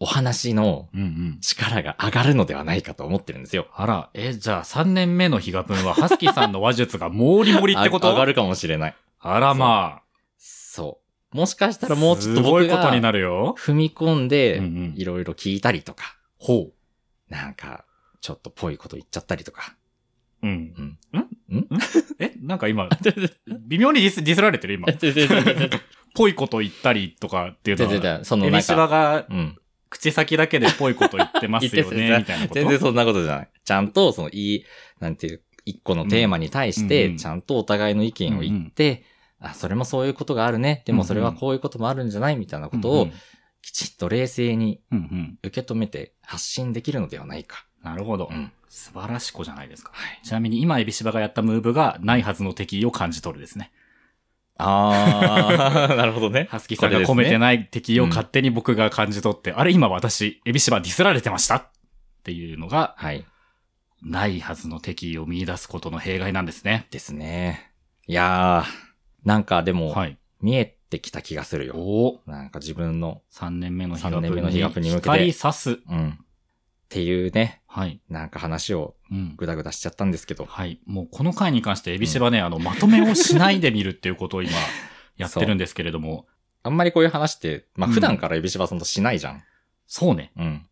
Speaker 1: お話の
Speaker 2: う。うんうん。
Speaker 1: 力が上がるのではないかと思ってるんですよ。
Speaker 2: あら、え、じゃあ3年目の比嘉くんは、ハスキーさんの話術がもりもりってこと
Speaker 1: あ上がるかもしれない。
Speaker 2: あらま
Speaker 1: そう。もしかし
Speaker 2: あ。
Speaker 1: たらもうちょっと
Speaker 2: すご
Speaker 1: 僕
Speaker 2: いことに
Speaker 1: が
Speaker 2: なるよ。
Speaker 1: 踏み込んで
Speaker 2: うんうん、
Speaker 1: いろいろ聞いたりとか、
Speaker 2: ほ
Speaker 1: なんか、ちょっとぽいこと言っちゃったりと か。
Speaker 2: う。うん。
Speaker 1: んん
Speaker 2: え、なんか今、微妙にディスディスられてる今。ぽいこと言ったりとかっていうの
Speaker 1: 全
Speaker 2: は、
Speaker 1: 然、その
Speaker 2: エ
Speaker 1: な
Speaker 2: ビ
Speaker 1: ん
Speaker 2: シ
Speaker 1: か、
Speaker 2: バが
Speaker 1: うん。
Speaker 2: 口先だけでぽいこと言ってますよ
Speaker 1: 言って
Speaker 2: ね、
Speaker 1: る
Speaker 2: みたいなこと。
Speaker 1: 全然そんなことじゃない。ちゃんと、その、いい、なんていう、一個のテーマに対し
Speaker 2: うんう
Speaker 1: て、
Speaker 2: ん
Speaker 1: ちゃんとお互いの意見を言って、あ、それもそういうことがあるね。でもそれはこういうこともあるんじゃないみたいなことを
Speaker 2: うんうん
Speaker 1: きちっと冷静に
Speaker 2: うんうん。
Speaker 1: 受け止めて発信できるのではないか。
Speaker 2: なるほど。
Speaker 1: うん
Speaker 2: 素晴らしこじゃないですか。
Speaker 1: はい。
Speaker 2: ちなみに今、エビシバがやったムーブがないはずの敵意を感じ取るですね。
Speaker 1: あー、 なるほどね。
Speaker 2: ハスキーさんが込めてない敵意を勝手に僕が感じ取って、あれ今私、エビシバディスられてましたっていうのが、
Speaker 1: はい。
Speaker 2: ないはずの敵意を見出すことの弊害なんですね。
Speaker 1: ですね。いやー、なんかでも、
Speaker 2: はい。
Speaker 1: 見えてきた気がするよ。
Speaker 2: お
Speaker 1: なんか自分の、
Speaker 2: 3年目の日が
Speaker 1: 三年目の日が
Speaker 2: 分
Speaker 1: 分
Speaker 2: に
Speaker 1: に向けて
Speaker 2: 光差す。
Speaker 1: うん。っていうね、
Speaker 2: はい。
Speaker 1: なんか話を
Speaker 2: うん。
Speaker 1: ぐだぐだしちゃったんですけど。
Speaker 2: はい。もうこの回に関して、エビシバね、あの、まとめをしないで見るっていうことを 今、やってるんですけれども、
Speaker 1: あんまりこういう話って、まあ
Speaker 2: うん
Speaker 1: 普段からエビシバさんとしないじゃん。
Speaker 2: そうね。
Speaker 1: うん。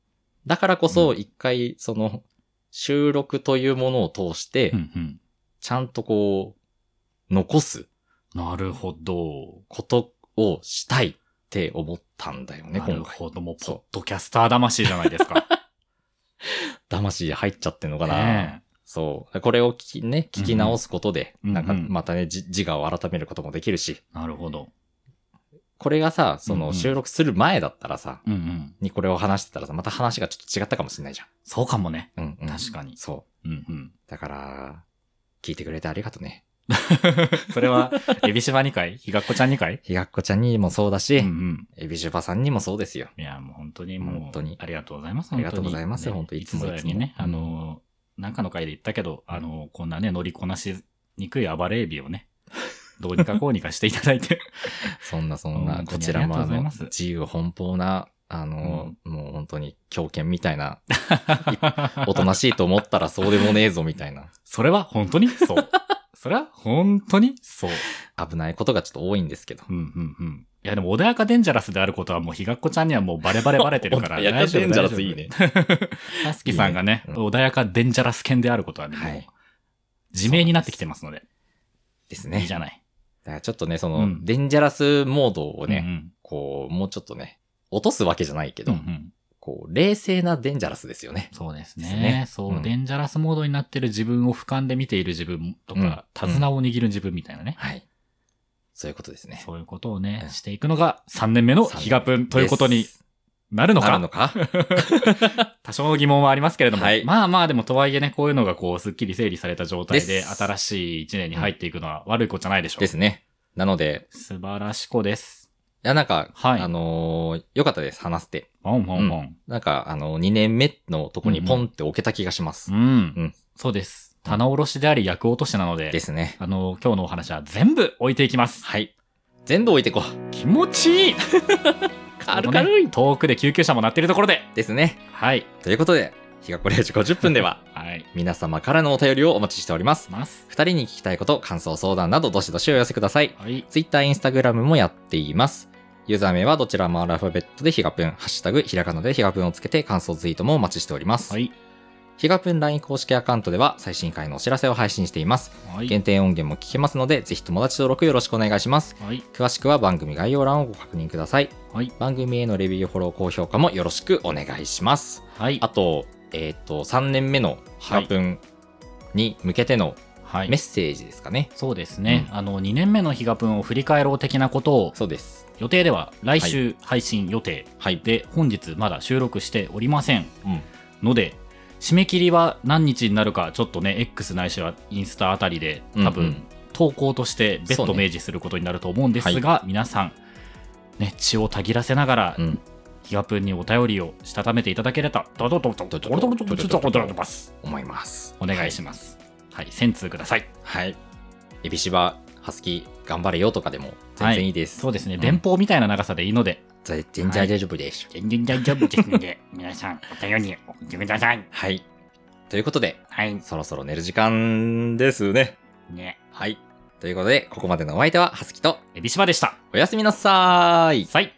Speaker 1: だからこそ、一回、その、収録というものを通して
Speaker 2: う、ん
Speaker 1: ちゃんとこう、残す
Speaker 2: うん。なるほど。
Speaker 1: ことをしたいって思ったんだよね、
Speaker 2: なる
Speaker 1: 今回。
Speaker 2: ほど。もう、ポ
Speaker 1: そう
Speaker 2: ッドキャスター魂じゃないです か。
Speaker 1: 魂入っちゃってんのかな。
Speaker 2: ね
Speaker 1: そう。これを聞きね、聞き直すことで、
Speaker 2: うんうん
Speaker 1: なんか
Speaker 2: うんうん
Speaker 1: またね、じ自我を改めることもできるし、
Speaker 2: えなるほど。
Speaker 1: これがさ、そ
Speaker 2: うんう
Speaker 1: の
Speaker 2: ん
Speaker 1: 収録する前だったらさ、
Speaker 2: うんうん。
Speaker 1: にこれを話してたらさ、また話がちょっと違ったかもしれないじゃ
Speaker 2: そうかもね。
Speaker 1: ん。うん、うん。
Speaker 2: 確かに。
Speaker 1: そ
Speaker 2: うんうん。
Speaker 1: う。だから、聞いてくれてありがとうね。
Speaker 2: そ れは、エビシバ2回ひがっこちゃん2回
Speaker 1: ひがっこちゃんにもそうだし、
Speaker 2: うんうん。
Speaker 1: エビジュバさんにもそうですよ。
Speaker 2: いや、もう本当にもう、
Speaker 1: 本当に
Speaker 2: ありがとうございます。
Speaker 1: ありがとうございます
Speaker 2: 本
Speaker 1: 本
Speaker 2: 当
Speaker 1: 当
Speaker 2: に
Speaker 1: に
Speaker 2: ね
Speaker 1: いつも
Speaker 2: いつぞやにね、
Speaker 1: いつも
Speaker 2: あの、なんかの回で言ったけど、あの、こんなね、乗りこなしにくい暴れエビをね、 どうにかこうにかしていただいて。
Speaker 1: そんなそんな、
Speaker 2: 本当
Speaker 1: こ
Speaker 2: に
Speaker 1: ちらもあ
Speaker 2: ありがとうござい
Speaker 1: の
Speaker 2: ま、す
Speaker 1: 自由奔放な、あの、もう本当に狂犬みたいな、 おとなしいと思ったらそうでもねえぞみたいな、
Speaker 2: それは本当 にそう。それは本当にそう。
Speaker 1: 危ないことがちょっと多いんですけど
Speaker 2: う。んうんうん。いやでも穏やかデンジャラスであることはもうひがっこちゃんにはもうバレバレバレてるから。
Speaker 1: 穏やか
Speaker 2: 大丈夫
Speaker 1: デンジャラスいいね。
Speaker 2: ハスキーさんがね、
Speaker 1: いいね
Speaker 2: 穏やかデンジャラス犬であることはね、
Speaker 1: は
Speaker 2: もう
Speaker 1: い。
Speaker 2: 自明になってきてますので、
Speaker 1: です
Speaker 2: いい
Speaker 1: ね。
Speaker 2: じ
Speaker 1: だ
Speaker 2: ゃ
Speaker 1: か
Speaker 2: ない。
Speaker 1: らちょっとね、そうの
Speaker 2: ん、
Speaker 1: デンジャラスモードを
Speaker 2: うんう
Speaker 1: ね、
Speaker 2: ん
Speaker 1: こう、もうちょっとね、落とすわけじゃないけ
Speaker 2: うん
Speaker 1: ど
Speaker 2: う、ん
Speaker 1: こう、冷静なデンジャラスですよね。
Speaker 2: そうです
Speaker 1: です
Speaker 2: ね
Speaker 1: ね。
Speaker 2: そう、
Speaker 1: うん
Speaker 2: デンジャラスモードになってる自分を俯瞰で見ている自分とか、
Speaker 1: うん
Speaker 2: 手綱を握る自分みたいなね。
Speaker 1: はい。そういうことですね。
Speaker 2: そういうことをね
Speaker 1: う、ん
Speaker 2: していくのが3年目のヒガプンということに
Speaker 1: です
Speaker 2: なるの
Speaker 1: な
Speaker 2: か
Speaker 1: るのか
Speaker 2: 多少の疑問はありますけれども、
Speaker 1: はい
Speaker 2: まあまあでもとはいえね、こういうのがこう、すっきり整理された状態で、
Speaker 1: です
Speaker 2: 新しい1年に入っていくのは悪いことじゃないでしょう。
Speaker 1: ですね。なので、
Speaker 2: 素晴らしこです。
Speaker 1: いや、なんか、
Speaker 2: はい
Speaker 1: あのー、よかったです、話して。
Speaker 2: ボンボンボン。
Speaker 1: なんか、あの、2年目のとこにポンって置けた気がします。
Speaker 2: うん。
Speaker 1: うん
Speaker 2: そうです。棚卸しであり、役落としなので、
Speaker 1: ですね。
Speaker 2: あの、今日のお話は全部置いていきます。
Speaker 1: はい。全部置いてこう。
Speaker 2: 気持ちいい
Speaker 1: 軽
Speaker 2: こ
Speaker 1: 々
Speaker 2: こね遠くで救急車も鳴ってるところで。
Speaker 1: ですね。
Speaker 2: はい。
Speaker 1: ということで、日がこれ時50分で は、
Speaker 2: はい。
Speaker 1: 皆様からのお便りをお待ちしております。
Speaker 2: ます。
Speaker 1: 2人に聞きたいこと、感想、相談など、どしどしお寄せください。
Speaker 2: はい。
Speaker 1: Twitter、Instagram もやっています。ユーザー名はどちらもアルファベットでヒガプン、ハッシュタグひらがなでヒガプンをつけて感想ツイートもお待ちしております。
Speaker 2: はい。
Speaker 1: ヒガプン LINE 公式アカウントでは最新回のお知らせを配信しています。
Speaker 2: はい。
Speaker 1: 限定音源も聞けますので、ぜひ友達登録よろしくお願いします。
Speaker 2: はい。
Speaker 1: 詳しくは番組概要欄をご確認ください。
Speaker 2: はい。
Speaker 1: 番組へのレビュー、フォロー、高評価もよろしくお願いします。
Speaker 2: はい
Speaker 1: あ。と、えっ、と、3年目のヒガプンに向けての
Speaker 2: はい
Speaker 1: メッ。セージですかね。
Speaker 2: そうですね。
Speaker 1: う
Speaker 2: あの、2年目のヒガプンを振り返ろう的なことを
Speaker 1: そうです。
Speaker 2: 予定では来週配信予定
Speaker 1: はい。
Speaker 2: で本日まだ収録しておりません
Speaker 1: うん
Speaker 2: ので締め切りは何日になるかちょっとね X ないしはインスタあたりで多
Speaker 1: うんう
Speaker 2: 分
Speaker 1: ん
Speaker 2: 投稿として別
Speaker 1: そ
Speaker 2: 途
Speaker 1: うね
Speaker 2: 明示することになると思うんですが、皆さん、ね、血をたぎらせながら、
Speaker 1: うん
Speaker 2: ヒガプンにお便りをしたためていただけれたらと
Speaker 1: 思います。
Speaker 2: お願いします。はい、1000通ください。
Speaker 1: はい。エビシバ、ハスキー、頑張れよとかでも全然いいです。
Speaker 2: そうですね、
Speaker 1: ん
Speaker 2: 電報みたいな長さでいいので、
Speaker 1: ぜ全然大丈夫です。
Speaker 2: 全然大丈夫ですので、皆さん、お便り送ってください。
Speaker 1: はい。ということで、
Speaker 2: はい。
Speaker 1: そろそろ寝る時間ですね。
Speaker 2: ね。
Speaker 1: はい。ということで、ここまでのお相手は、ハスキーと、
Speaker 2: エビシバでした。
Speaker 1: おやすみなさーい。
Speaker 2: さい。